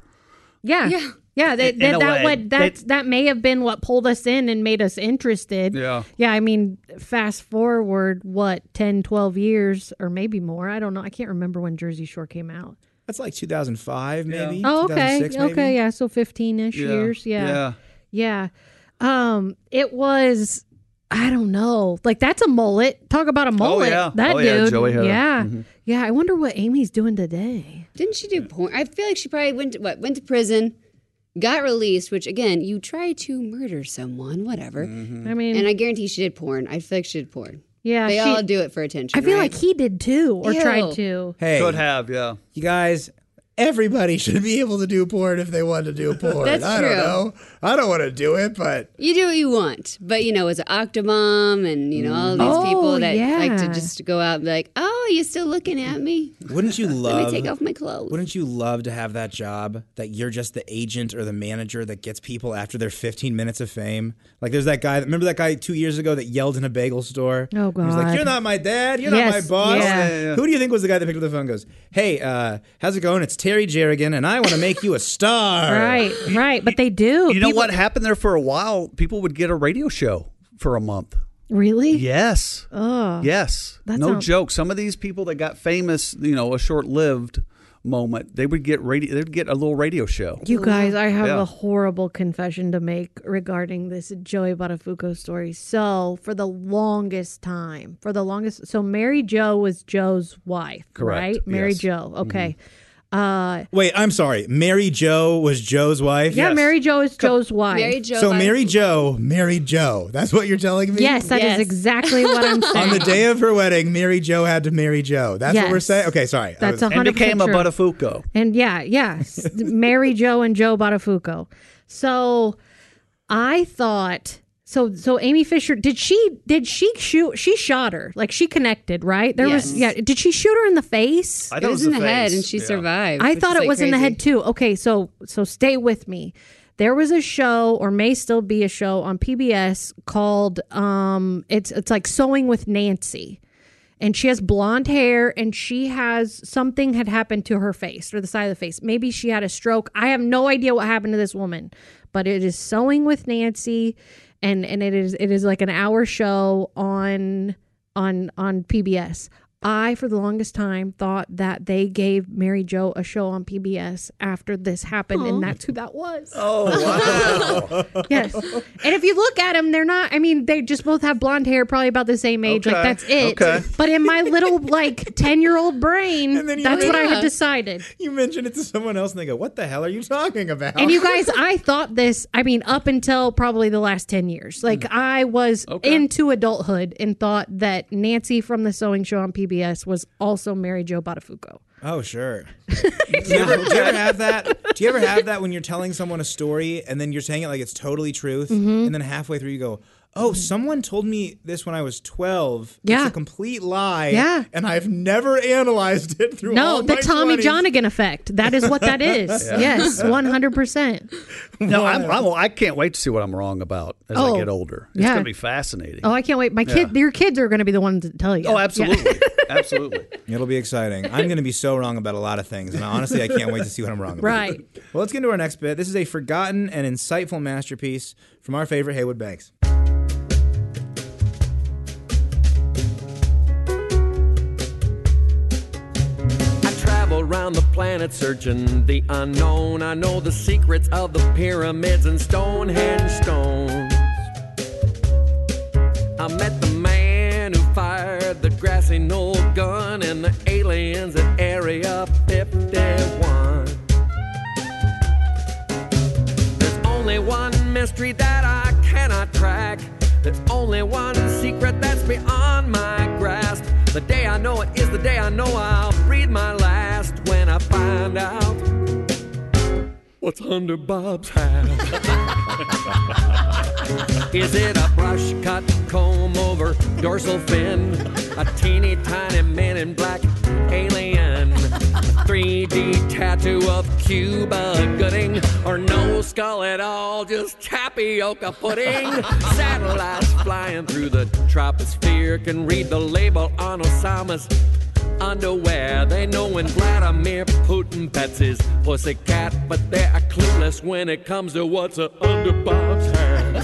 Yeah. Yeah. Yeah, that In that, a that way. what that that may have been what pulled us in and made us interested. Yeah. Yeah, I mean, fast forward what 10, 12 years or maybe more. I don't know. I can't remember when Jersey Shore came out. That's like 2005, maybe. Oh, okay. 2006 maybe. Okay, yeah, so 15ish Yeah. years, Yeah. yeah. yeah. Um it was I don't know. Like that's a mullet. Talk about a mullet. yeah. That Oh, yeah, dude. Joey had a- yeah. Mm-hmm. Mhm. Yeah, I wonder what Amy's doing today. Didn't she do porn? I feel like she probably went to what went to prison, got released. Which again, you try to murder someone, whatever. Mm-hmm. I mean- and I guarantee she did porn. I feel like she did porn. Yeah, they she- all do it for attention. I feel right? like he did too or Ew. tried to. Hey, Could have, yeah. You guys, everybody should be able to do porn if they want to do porn. That's I true. don't know. I don't want to do it, but You do what you want, but you know, as an Octomom and you know all of Mm. these Oh, people that like to yeah. just go out and be like, "Oh, you still looking at me? wouldn't you love? Let me take off my clothes." Wouldn't you love to have that job that you're just the agent or the manager that gets people after their 15 minutes of fame? Like there's that guy. Remember that guy two years ago that yelled in a bagel store? Oh He was like, God. "You're not my dad. You're not my Yes, boss." yeah. Yeah, yeah, yeah. Who do you think was the guy that picked up the phone? and Goes, "Hey, uh, how's it going? It's Terry Jerrigan, and I want to make you a star." Right, right. But they do. You know People- what happened there for a while? People would get a radio show for a month. Really? Yes. Oh. Yes. That no sounds- joke. Some of these people that got famous, you know, a short-lived moment, they would get radio. They'd get a little radio show. You guys, I have Yeah. a horrible confession to make regarding this Joey Buttafuoco story. So, for the longest time, for the longest, so Mary Joe was Joe's wife, Correct, right? Mary yes. Joe. Okay. Uh, Wait, I'm sorry. Mary Joe was Joe's wife. yeah, Mary Joe is Joe's wife. So Mary Joe married Joe. That's what you're telling me. Yes, that is exactly what I'm saying. On the day of her wedding, Mary Joe had to marry Joe. That's what we're Yes. saying. Okay, sorry. I That's was- a hundred percent true. Buttafuoco. And yeah, yeah, s- Mary Joe and Joe Buttafuoco. So I thought so. So Amy Fisher did she did she shoot? She shot her like she connected, right? There was yeah. Yes. Did she shoot her in the face? I thought It it was was in the the head, face. and she Yeah. survived, I which thought is, it like, was in the crazy. head too. Okay, so so stay with me. There was a show, or may still be a show on PBS called um, it's it's like Sewing with Nancy and she has blonde hair and she has something had happened to her face or the side of the face. Maybe she had a stroke. I have no idea what happened to this woman, but it is sewing with Nancy and and it is it is like an hour show on on on PBS. I for the longest time thought that they gave Mary Jo a show on PBS after this happened and that's who that was. Oh wow! yes. And if you look at them, they're not. I mean, they just both have blonde hair, probably about the same age. Okay. Like that's it. Okay. But in my little like ten year old brain, then you that's what I realize- had decided. You mentioned it to someone else, and they go, "What the hell are you talking about?" And you guys, I thought this. I mean, up until probably the last ten years, Hmm. like I was into adulthood and thought that Nancy from the Sewing Show on PBS was also Mary Jo Buttafuoco. Oh sure. do, you ever, do you ever have that? Do you ever have that when you're telling someone a story and then you're saying it like it's totally truth, Mhm. and then halfway through you go, "Oh, someone told me this when I was 12. Yeah. it's a complete lie. Yeah. and I've never analyzed it through. No, all the my Tommy 20s. Johnigan effect. That is what that is. Yeah. Yes, one hundred percent. no, I'm, I'm, I can't wait to see what I'm wrong about as Oh, I get older. It's yeah. going to be fascinating. Oh, I can't wait. My kid, your kids are going to be the ones to tell you. Oh, Yeah. absolutely, absolutely. It'll be exciting. I'm going to be so wrong about a lot of things, and honestly, I can't wait to see what I'm wrong about. Right. Well, let's get into our next bit. This is a forgotten and insightful masterpiece from our favorite Haywood Banks. I travel around the planet planet searching the unknown. I know the secrets of the pyramids and Stonehenge stones. I met the man who fired the grassy knoll gun and the aliens at Area 51. There's only one mystery that I cannot crack. There's only one secret that's beyond my grasp. The day I know it is the day I know I'll breathe my last when I find out what's under Bob's hat. is it a brush cut comb over dorsal fin? A teeny tiny man in black alien? A 3D tattoo of Cuba Gooding? Or no skull at all, just tapioca pudding? Satellites flying through the troposphere can read the label on Osama's underwear. They know when Vladimir Putin pets his pussycat, but they are clueless when it comes to what's a under Bob's hat.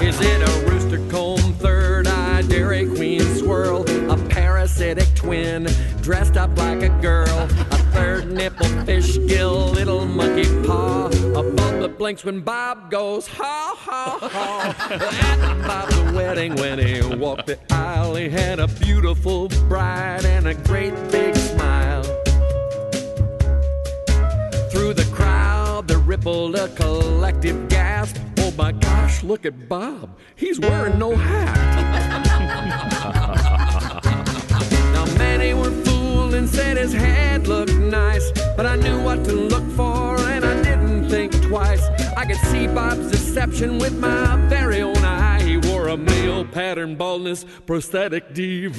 Is it a rooster comb, third eye, Dairy Queen swirl, a parasitic twin dressed up like a girl, a third nipple fish gill, little monkey paw, a bulb that blinks when Bob goes ha ha ha. At Bob's wedding, when he walked the aisle, he had a beautiful bride and a great big smile. Through the crowd, there rippled a collective gasp. Oh my gosh, look at Bob. He's wearing no hat. now, many were fooled and said his head looked nice, but I knew what to look for and I didn't think twice. I could see Bob's deception with my very own eye. He wore a male pattern baldness prosthetic device.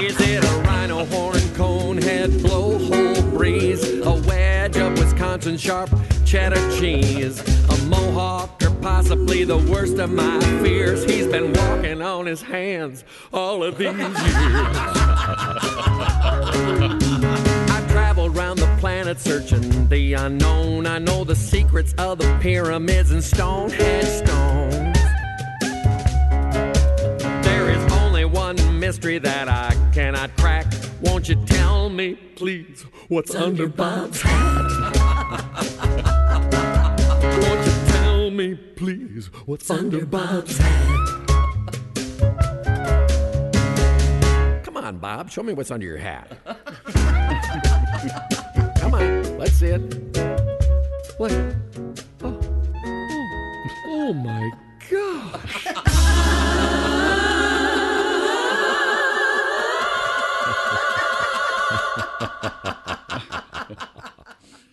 Is it a rhino horn, cone head, blowhole breeze? A wedge of Wisconsin sharp cheddar cheese? A mohawk or possibly the worst of my fears? He's been walking on his hands all of these years. I traveled round the planet searching the unknown. I know the secrets of the pyramids and Stonehenge stones. There is only one mystery that I cannot crack. Won't you tell me, please, what's under Bob's hat? Won't you tell me, please, what's under Bob's hat? Come on, Bob, show me what's under your hat. Come on, let's see it. Look. Oh, oh, oh my gosh.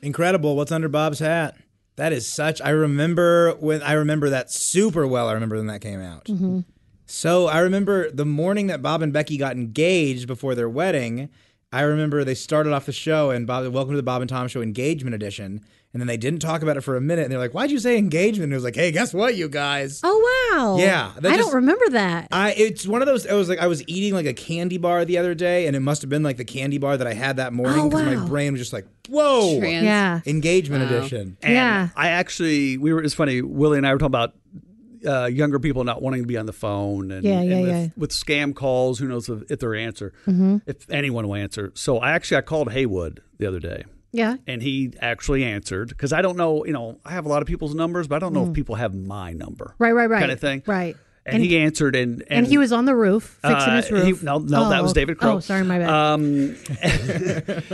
Incredible. What's under Bob's hat? That is such. I remember when I remember that super well. I remember when that came out. Mm-hmm. So I remember the morning that Bob and Becky got engaged before their wedding. I remember they started off the show and Bob, welcome to the Bob and Tom Show engagement edition. And then they didn't talk about it for a minute. And they're like, why'd you say engagement? And it was like, hey, guess what, you guys? Oh wow. Yeah, that I just- don't remember that. I it's one of those. I was like I was eating like a candy bar the other day, and it must have been like the candy bar that I had that morning Oh, because wow. my brain was just like, "Whoa, Trans- Yeah. engagement Wow. edition." Oh. And I actually, we were. It's funny. Willie and I were talking about uh, younger people not wanting to be on the phone, and, Yeah, and yeah, with, yeah. with scam calls, who knows if, if they're answer, Mhm. if anyone will answer. So I actually I called Haywood the other day. Yeah. And he actually answered because I don't know, you know, I have a lot of people's numbers, but I don't know Mm. if people have my number. Right, right, right. Kind of thing. Right. And, he answered, and, and And, he was on the roof fixing uh, his roof. he- no, no, that Oh, was David Crow. Oh, sorry, my bad. Um,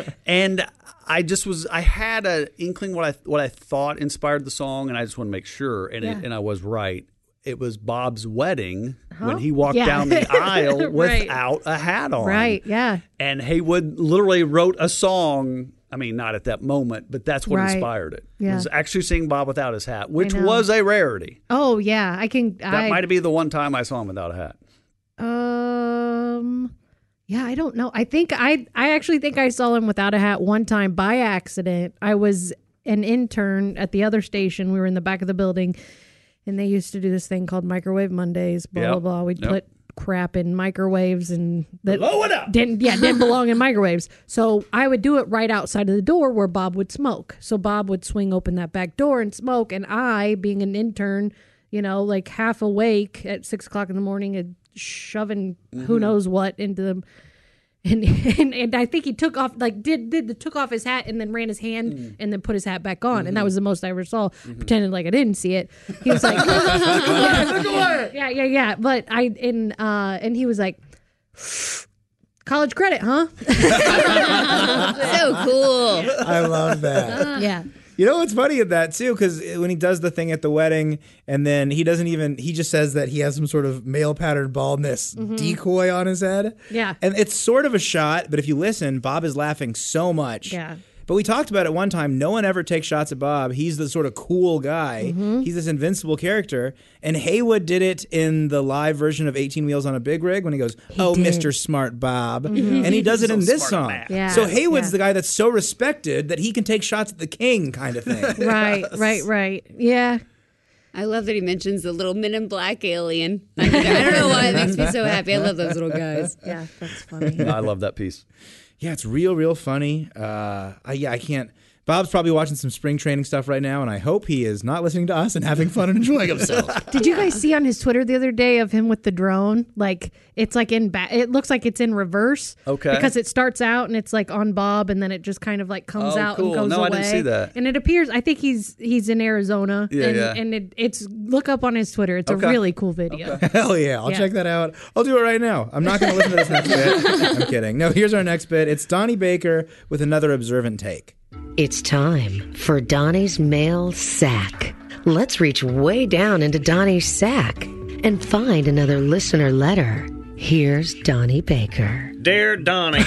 and I just was, I had an inkling what I what I thought inspired the song, and I just want to make sure, and Yeah. it, and I was right. It was Bob's wedding Huh? when he walked Yeah. down the aisle Right. without a hat on. right. Yeah. And Haywood literally wrote a song. I mean, not at that moment, but that's what Right. inspired it. Yeah. It was actually seeing Bob without his hat, which know. was a rarity. Oh yeah. I can. That I, might be the one time I saw him without a hat. Um. Yeah, I don't know. I think I I actually think I saw him without a hat one time by accident. I was an intern at the other station. We were in the back of the building, and they used to do this thing called Microwave Mondays. Blah Yep. blah blah. We'd Yep. put crap in microwaves and that Blow it up. didn't yeah didn't belong in microwaves. So I would do it right outside of the door where Bob would smoke. So Bob would swing open that back door and smoke, and I, being an intern, you know, like half awake at six o'clock in the morning and shoving who Mhm. knows what into the and, and and I think he took off like did did the took off his hat and then ran his hand and then put his hat back on and that was the most I ever saw pretending like I didn't see it. He was like, yeah, yeah, yeah. But I and uh and he was like, college credit, huh? so cool. I love that. Yeah. You know what's funny at that too, because when he does the thing at the wedding, and then he doesn't even—he just says that he has some sort of male pattern baldness Mhm. decoy on his head. Yeah. And it's sort of a shot, but if you listen, Bob is laughing so much. Yeah. But we talked about it one time. No one ever takes shots at Bob. He's the sort of cool guy. He's this invincible character. And Haywood did it in the live version of 18 Wheels on a Big Rig when he goes, Oh, did. Mr. Smart Bob. Mhm. And he does it So in this song. smart Bob. Yeah, So Haywood's yeah. the guy that's so respected that he can take shots at the king, kind of thing. Right, right, right. Yeah. I love that he mentions the little men in black alien. I don't know why it makes me so happy. I love those little guys. Yeah, that's I love that piece. Yeah, it's real, real funny. Uh, I, yeah, I can't. Bob's probably watching some spring training stuff right now, and I hope he is not listening to us and having fun and enjoying himself. Did you guys see on his Twitter the other day of him with the drone? Like it's like in ba- it looks like it's in reverse. Okay. Because it starts out and it's like on Bob, and then it just kind of like comes Oh, out cool. and goes No, I away. didn't see that. And it appears I think he's he's in Arizona. Yeah, and, yeah. and it, it's look up on his Twitter. It's Okay. a really cool video. Hell yeah. I'll Yeah. check that out. I'll do it right now. I'm not going to listen to this next bit. I'm kidding. No, here's our next bit. It's Donnie Baker with another observant take. It's time for Donnie's mail sack. Let's reach way down into Donnie's sack and find another listener letter. Here's Donnie Baker. Dear Donnie,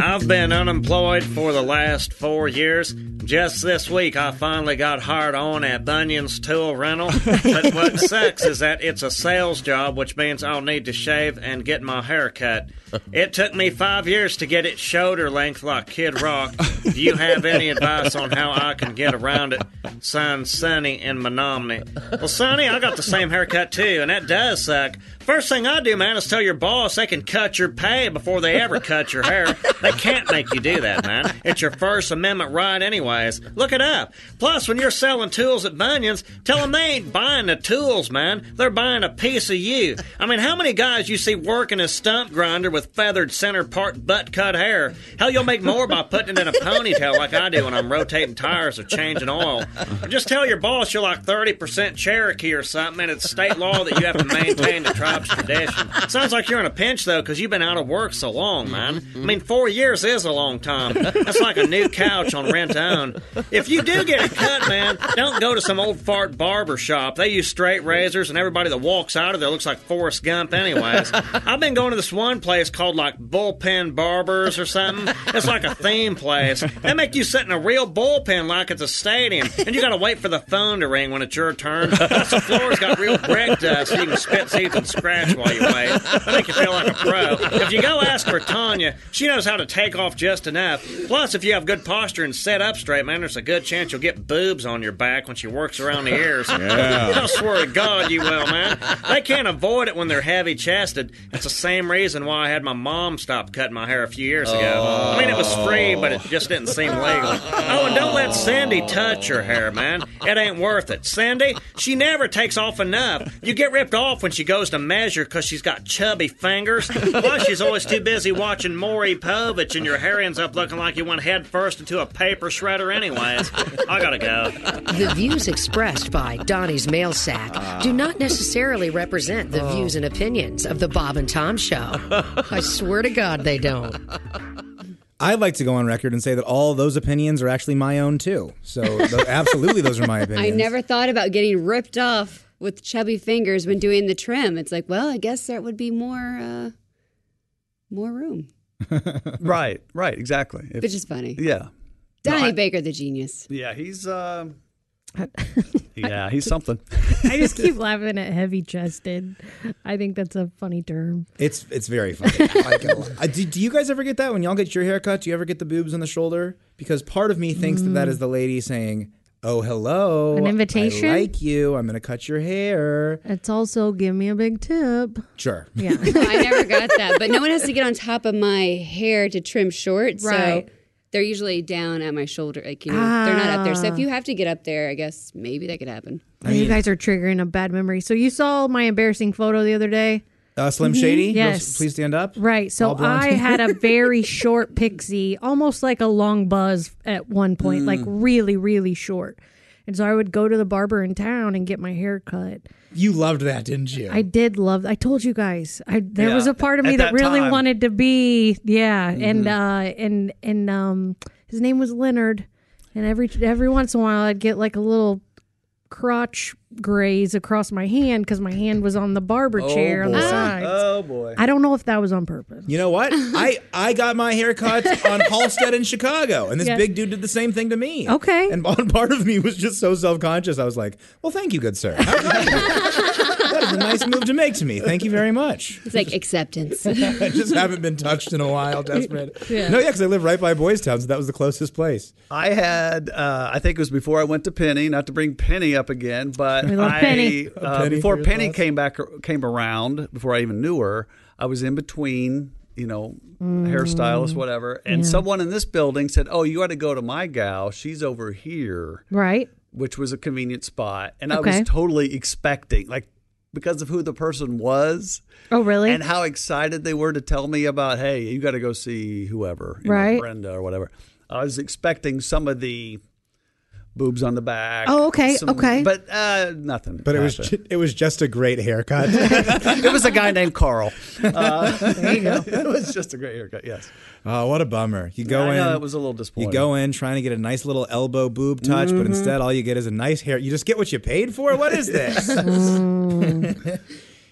I've been unemployed for the last four years. Just this week, I finally got hired on at Bunyan's Tool Rental. But what sucks is that it's a sales job, which means I'll need to shave and get my hair cut. It took me five years to get it shoulder length like Kid Rock. Do you have any advice on how I can get around it? Signed, Sonny in Menominee. Well, Sonny, I got the same haircut too, and that does suck. First thing I do, man, is tell your boss they can cut your pay before they ever cut your hair. They can't make you do that, man. It's your First Amendment right, anyways. Look it up. Plus, when you're selling tools at Bunyan's, tell them they ain't buying the tools, man. They're buying a piece of you. I mean, how many guys you see working a stump grinder with feathered center part butt cut hair? Hell, you'll make more by putting it in a ponytail like I do when I'm rotating tires or changing oil. Or just tell your boss you're like 30% Cherokee or something, and it's state law that you have to maintain the tribe's tradition. Sounds like you're in a pinch, though, because you've been out of work so long, man. I mean, four years is a long time. That's like a new couch on rent to own. If you do get a cut, man, don't go to some old fart barber shop. They use straight razors, and everybody that walks out of there looks like Forrest Gump, anyways. I've been going to this one place called like Bullpen Barbers or something. It's like a theme place. They make you sit in a real bullpen like it's a stadium, and you gotta wait for the phone to ring when it's your turn. Plus, the floor's got real brick dust, so you can spit seeds and scratch while you wait. I make you feel like a pro. If you go ask for Tanya, she knows how to take off just enough. Plus, if you have good posture and set up straight, man, there's a good chance you'll get boobs on your back when she works around the ears. Yeah. I swear to God, you will, man. They can't avoid it when they're heavy chested. It's the same reason why I had my mom stop cutting my hair a few years ago. I mean, it was free, but it just didn't seem legal. Oh, and don't let Sandy touch your hair, man. It ain't worth it. Sandy, she never takes off enough. You get ripped off when she goes to measure because she's got chubby fingers. Plus, she's always too busy watching Maury Povich, and your hair ends up looking like you went head first into a paper shredder, anyways. I gotta go. The views expressed by Donnie's mail sack do not necessarily represent Oh. the views and opinions of the Bob and Tom Show. I swear to God, they don't. I'd like to go on record and say that all those opinions are actually my own too. So tho- absolutely, those are my I opinions. never thought about getting ripped off with chubby fingers when doing the trim. It's like, well, I guess there would be more uh, more room. right, right, exactly. If- Which is funny. Yeah. Donnie Baker, the genius. Yeah, he's um, uh, Yeah, he's something. I just keep laughing at heavy chested. I think that's a funny term. It's it's very funny. I like it a lot. I- do, do you guys ever get that when y'all get your haircut? Do you ever get the boobs on the shoulder? Because part of me thinks that that is the lady saying, "Oh, hello, Mm. An invitation? I like you. I'm going to cut your hair." It's also give me a big tip. Sure. Yeah. I never got that, but no one has to get on top of my hair to trim short. Right. So they're usually down at my shoulder. Like, you know, they're not up there. So Ah. if you have to get up there, I guess maybe that could happen. you guys are triggering a bad memory. So you saw my embarrassing photo the other day. Uh, Slim Mhm. Shady. Real- Yes. Please stand up. Right. So All blonde. I had a very short pixie, almost like a long buzz at one point, like Mm. really, really short. And so I would go to the barber in town and get my hair cut. You loved that, didn't you? I did love. I told you guys. I there Yeah, was a part of at me that, that really time. Mm-hmm. wanted to be. Yeah, and uh, and and um, his name was Leonard. And every every once in a while, I'd get like a little crotch graze across my hand because my hand was on the barber chair on the sides. Oh boy. I don't know if that was on purpose. You know what? I, I got my haircut on Halstead in Chicago, and this Yeah. big dude did the same thing to me. Okay. And one part of me was just so self conscious. I was like, well, thank you, good sir. How kind of you. that is a nice move to make to me. Thank you very much. It's like acceptance. I just haven't been touched in a while, desperate. Yeah. No, yeah, because I live right by Boys Town, so that was the closest place. I had, uh, I think it was before I went to Penny, not to bring Penny up again, but We love I, Penny. Uh, Penny before for your Penny thoughts. came back, came around, before I even knew her, I was in between, you know, Mm. hairstylist, whatever. And Yeah. someone in this building said, Oh, you ought to go to my gal. She's over here, Right. which was a convenient spot. And I Okay. was totally expecting, like, because of who the person was. Oh, really? And how excited they were to tell me about, hey, you got to go see whoever, you know, Right. Brenda or whatever. I was expecting some of the boobs on the back. Oh, okay, some- okay. But uh, nothing. But it was happened. ju- it was just a great haircut. it was a guy named Carl. Uh, There you go. it was just a great haircut. Yes. Oh, what a bummer! You go I in. know, it was a little disappointing. You go in trying to get a nice little elbow boob touch, but Mm-hmm. Mhm. instead all you get is a nice hair. You just get what you paid for. What is this? Mm.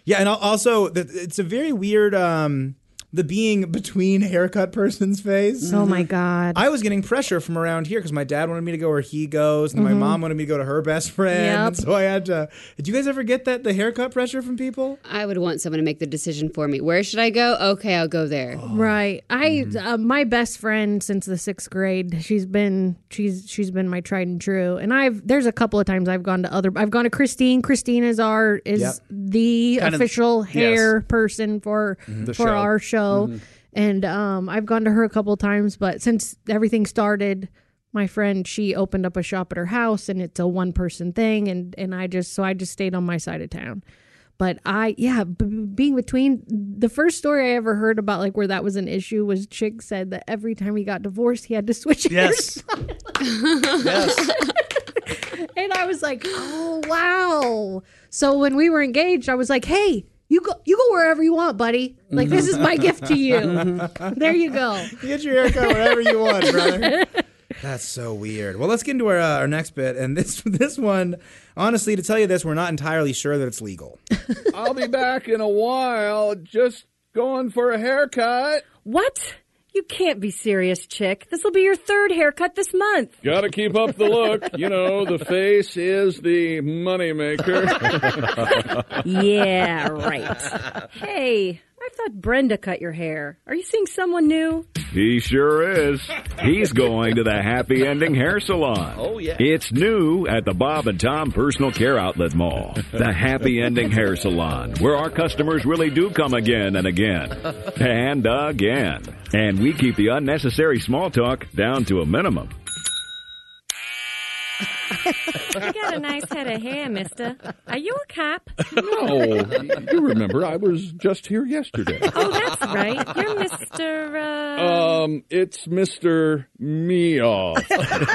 yeah, and al- also th- it's a very weird um, the being between haircut person's phase. Oh my god! I was getting pressure from around here because my dad wanted me to go where he goes, and Mhm. my mom wanted me to go to her best friend. Yep. And so I had to. Did you guys ever get that the haircut pressure from people? I would want someone to make the decision for me. Where should I go? Okay, I'll go there. Right. I Mm-hmm. uh, my best friend since the sixth grade. She's been she's she's been my tried and true. And I've there's a couple of times I've gone to other. I've gone to Christine. Christine is our is Yep. the Kind of- official yes. hair person for Mhm. The for show. our show. Mhm. And um, I've gone to her a couple of times, but since everything started. My friend, she opened up a shop at her house, and it's a one-person thing, and and I just so I just stayed on my side of town but I yeah, b- b- being between the first story I ever heard about like where that was an issue was Chick said that every time he got divorced he had to switch Yes. yes. and I was like, "Oh, wow." So when we were engaged, I was like, "Hey, you go you go wherever you want, buddy. Like this is my gift to you." There you go. Get your haircut wherever you want, brother. That's so weird. Well, let's get into our, uh, our next bit, and this this one, honestly, to tell you this, we're not entirely sure that it's legal. I'll be back in a while. Just going for a haircut. What? You can't be serious, chick. This will be your third haircut this month. Got to keep up the look. You know, the face is the moneymaker. yeah, right. Hey, I thought Brenda cut your hair. Are you seeing someone new? He sure is. He's going to the Happy Ending Hair Salon. Oh, yeah. It's new at the Bob and Tom Personal Care Outlet Mall. The Happy Ending Hair Salon, where our customers really do come again and again and again. And we keep the unnecessary small talk down to a minimum. You got a nice head of hair, mister. Are you a cop? No, Oh, you remember I was just here yesterday. Oh, that's right. You're Mr. Uh... Um, it's Mister Meoff.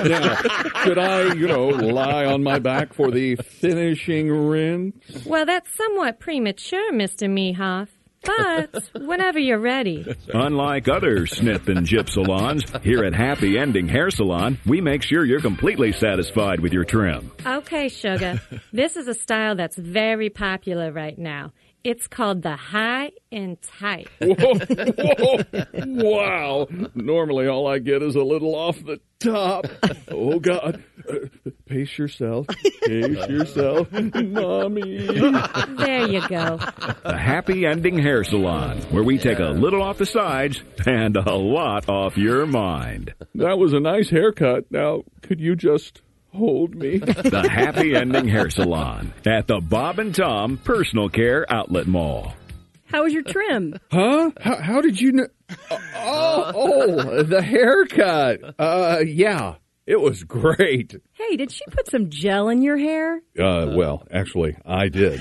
now, should I, you know, lie on my back for the finishing rinse? Well, that's somewhat premature, Mr. Mehoff. But whenever you're ready. Unlike other snip and jip salons, here at Happy Ending Hair Salon, we make sure you're completely satisfied with your trim. Okay, sugar. This is a style that's very popular right now. It's called the high and tight. wow. Normally, all I get is a little off the top. Oh, God. Uh, pace yourself. Pace yourself. Mommy. There you go. The Happy Ending Hair Salon, where we take a little off the sides and a lot off your mind. That was a nice haircut. Now, could you just hold me? The Happy Ending Hair Salon at the Bob and Tom Personal Care Outlet Mall. How was your trim? Huh? How, how did you know? Oh, oh, the haircut. Uh, yeah. It was great. Hey, did she put some gel in your hair? Uh, well, actually, I did.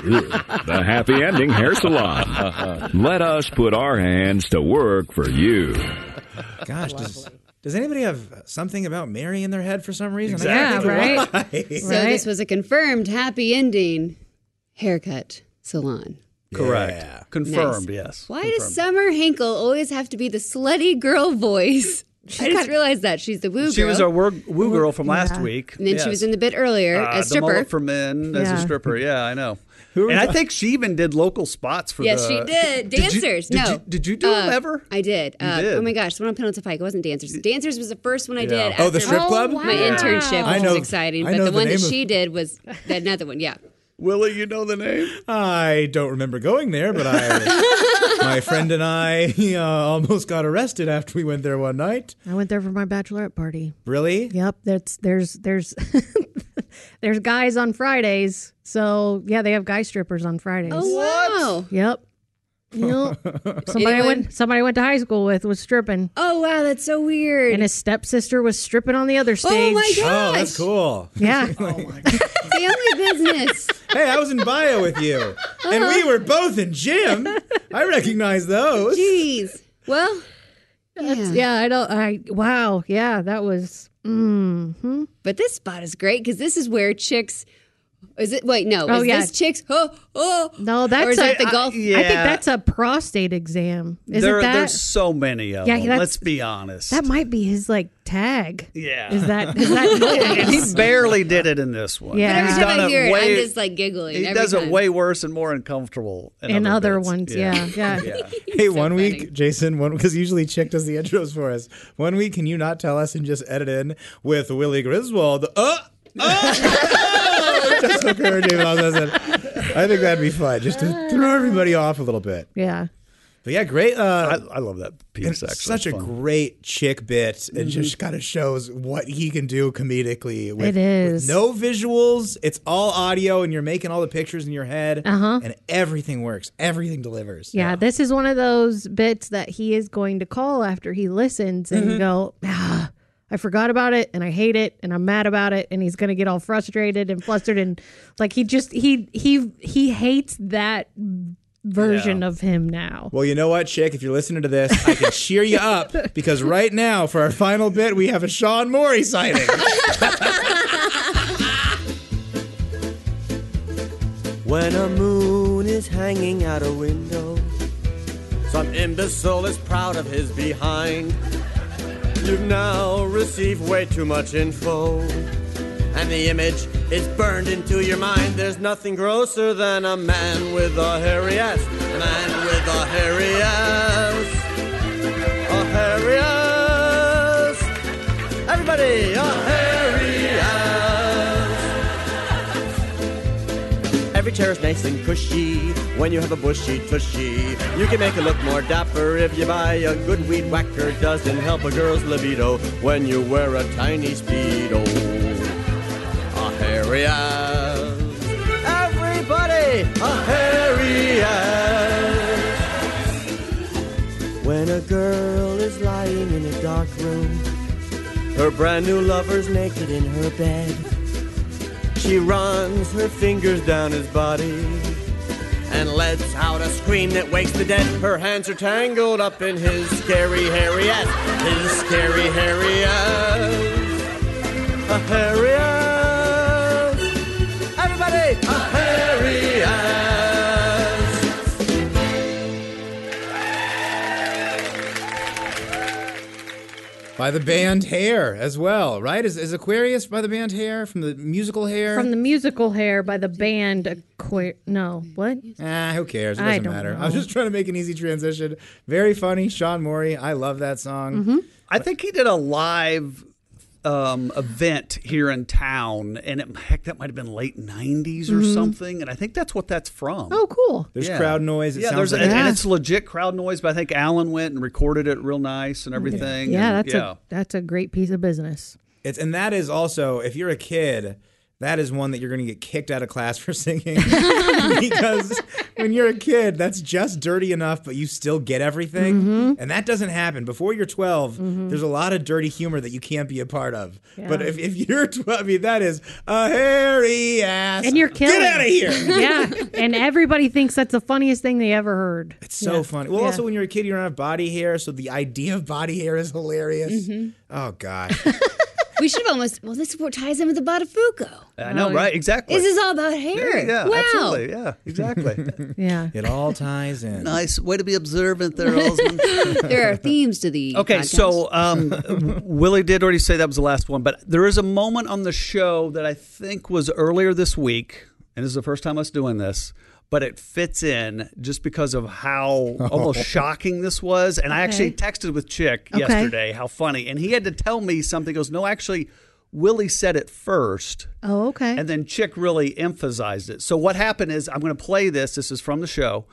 The Happy Ending Hair Salon. Let us put our hands to work for you. Gosh, does, does anybody have something about Mary in their head for some reason? Yeah, I can't think of So why. this was a confirmed happy ending haircut salon. Correct. Confirmed, Nice. yes. Why does Confirmed. Summer Hinkle always have to be the slutty girl voice? I just realized that she's the woo girl. She was our woo, woo girl from last Yeah. week. And then she was in the bit earlier Uh, as the mullet stripper. for men as Yeah. a stripper. Yeah, I know. Who and was I that? think she even did local spots for. yes, the, she did. you- Dancers. did no. you- did you do Uh, them ever? I did. You Uh, did. Oh my gosh, the one on Penalty Pike. It wasn't Dancers. Dancers was the first one I Yeah. did. Oh, the after strip club? My Yeah. internship, I which know- was exciting. I But know the, the one that name of- she did was another one. Yeah. Willie, you know the name? I don't remember going there, but I, my friend and I uh, almost got arrested after we went there one night. I went there for my bachelorette party. Really? Yep. That's there's there's there's guys on Fridays. So yeah, they have guy strippers on Fridays. Oh, wow. Yep. Yep. somebody I went somebody I went to high school with was stripping. Oh wow, that's so weird. And his stepsister was stripping on the other stage. my Oh, that's cool. Yeah. Family business. Hey, I was in bio with you, Uh-huh. and we were both in gym. I recognize those. Jeez. Well, That's- yeah. I don't. I wow. Yeah, that was. Mm-hmm. But this spot is great because this is where chicks. Is it? Wait, no. Oh, is yeah. this chicks? Oh, oh. No, that's Or is a- that the I- golf? I, think that's a prostate exam. Isn't there, that? There's so many of Yeah, them. that's- Let's be honest. That might be his like tag. yeah. Is that is that he barely did it in this one. Yeah. But every He's time I done hear it, way, I'm just like giggling. He every does time. it way worse and more uncomfortable. In, in other bits. ones? Yeah, yeah. Hey, one week, Jason, one because usually Chick does the intros for us. One week, can you not tell us and just edit in with Willie Griswold? Uh, uh, just Hooker and David Osmond. I think that'd be fun, just to throw everybody off a little bit. Yeah. But yeah, great. Uh, I, I love that piece. Actually, such a Fun. great chick bit, and Mhm. just kind of shows what he can do comedically. With, It with is. no visuals; it's all audio, and you're making all the pictures in your head, Uh-huh. and everything works. Everything delivers. Yeah, this is one of those bits that he is going to call after he listens and Mm-hmm. Mhm. go, ah, I forgot about it and I hate it and I'm mad about it and he's going to get all frustrated and flustered and like he just he he he hates that version of him now. Well, you know what, chick? If you're listening to this, I can cheer you up because right now, for our final bit, we have a Sean Morey sighting. When a moon is hanging out a window, Some imbecile is proud of his behind. You've now received way too much info, and the image is burned into your mind. There's nothing grosser than a man with a hairy ass. A man with a hairy ass. A hairy ass. Everybody, a hairy ass. Every chair is nice and cushy when you have a bushy tushy. You can make it look more dapper if you buy a good weed whacker. Doesn't help a girl's libido when you wear a tiny speedo. A hairy ass. Everybody, a hairy ass. When a girl is lying in a dark room, her brand new lover's naked in her bed. She runs her fingers down his body and lets out a scream that wakes the dead. Her hands are tangled up in his scary hairy ass. His scary hairy ass. A hairy ass. Everybody, a hairy ass. by the band Hair as well, right? Is, is Aquarius by the band Hair from the musical Hair? From the musical hair by the band Aqua- no, what? Ah, who cares? It I doesn't don't matter. know. I was just trying to make an easy transition. Very funny, Sean Morey. I love that song. I think he did a live um, event here in town, and it, heck, that might have been late '90s or Mhm. something. And I think that's what that's from. Oh, cool. There's crowd noise. It yeah, sounds there's like- and, and Yeah. it's legit crowd noise. But I think Alan went and recorded it real nice and everything. Yeah, and- that's a that's a great piece of business. It's and that is also if you're a kid, that is one that you're going to get kicked out of class for singing because when you're a kid, that's just dirty enough, but you still get everything, Mhm. and that doesn't happen before you're 12. Mhm. There's a lot of dirty humor that you can't be a part of, but Yeah. if, if you're 12, I mean, that is a hairy ass. And you're killing. Get out of here. yeah. And everybody thinks that's the funniest thing they ever heard. It's so funny. Well, also when you're a kid, you don't have body hair, so the idea of body hair is hilarious. Mhm. Oh God. we should have almost. Well, this ties in with the Botafugo. I know, right? Exactly. This is all about hair. Yeah, yeah wow. absolutely. Yeah, exactly. yeah. It all ties in. Nice way to be observant there, Osmond. there are themes to the. Okay, podcast. so um, W- Willie did already say that was the last one, but there is a moment on the show that I think was earlier this week, and this is the first time us doing this, but it fits in just because of how almost shocking this was. And I actually Okay. texted with Chick Okay. yesterday how funny, and he had to tell me something. He goes, No, actually, Willie said it first. Oh, okay. And then Chick really emphasized it. So what happened is I'm going to play this. This is from the show.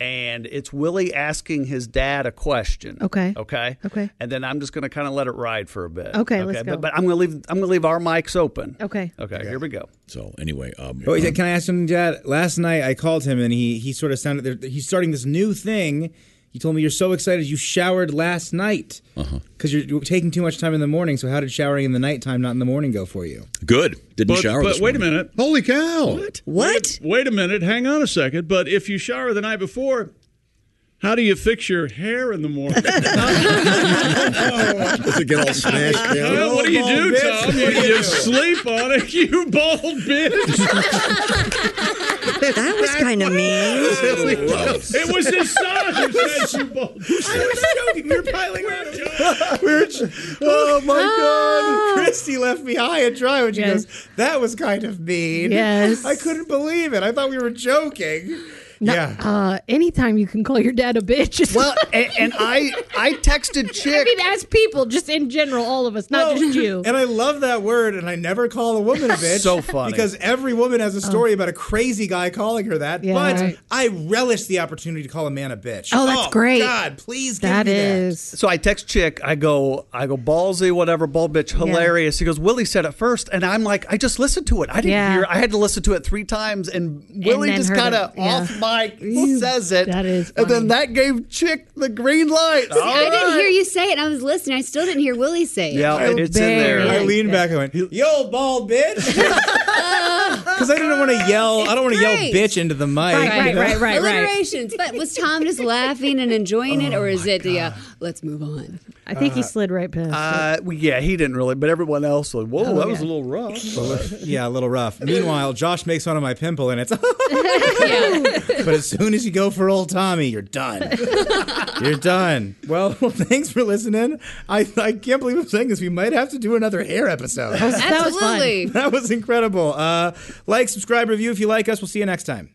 And it's Willie asking his dad a question. Okay. Okay. Okay. And then I'm just going to kind of let it ride for a bit. Okay, let's go. But, but I'm going to leave. I'm going to leave our mics open. Okay. Okay. Here we go. So anyway, um, Oh, yeah, can I ask something, Dad? Last night I called him and he he sort of sounded there- he's starting this new thing. He told me you're so excited you showered last night Uh-huh. because you're taking too much time in the morning. So how did showering in the nighttime, not in the morning, go for you? Good. Didn't but, shower. But this wait a morning. minute. Holy cow. What? What? Wait, wait a minute. Hang on a second. But if you shower the night before, how do you fix your hair in the morning? Does it get all smashed down? Well, what do you do, Tom? You, you sleep on it, you bald bitch. That was kind of mean. it was his son who said you bald. joking. We were piling on. We were j- oh my god! Christy left me high and dry when she Oh. Yes. goes. That was kind of mean. Yes. I couldn't believe it. I thought we were joking. yeah. Uh, anytime you can call your dad a bitch. is- Well, and, and I I texted I Chick. mean, as people, just in general, all of us, not Well, just you. And I love that word, and I never call a woman a bitch. So funny. Because every woman has a story about a crazy guy calling her that. Yeah, but right. I relish the opportunity to call a man a bitch. Oh, that's great. God, please give That me So I text Chick. I go, I go ballsy, whatever, bald bitch, hilarious. He goes, Willie said it first, and I'm like, I just listened to it. I didn't Yeah. hear. I had to listen to it three times, and Willie then just heard kind of it, yeah. off mic says it. That is, and funny. then that gave Chick the green light. See, I All didn't right. hear you say it. and I was listening. I still didn't hear Willie say it. Yeah, I- it's in there. I leaned back and went, "Yo, bald bitch," Uh, because I didn't want to yell. I don't want to yell Great. "bitch" into the mic. you know? Alliterations. But was Tom just laughing and enjoying Oh it, or is it the uh, let's move on? I think he slid right past. Uh, well, yeah, he didn't really, but everyone else was. Whoa, Oh, that was a yeah. little rough. yeah, a little rough. Meanwhile, Josh makes fun of my pimple, and it's. but as soon as you go for old Tommy, you're done. you're done. Well, well, thanks for listening. I I can't believe I'm saying this. We might have to do another hair episode. That was- that was fun. Absolutely. That was incredible. Uh, like, subscribe, review if you like us. We'll see you next time.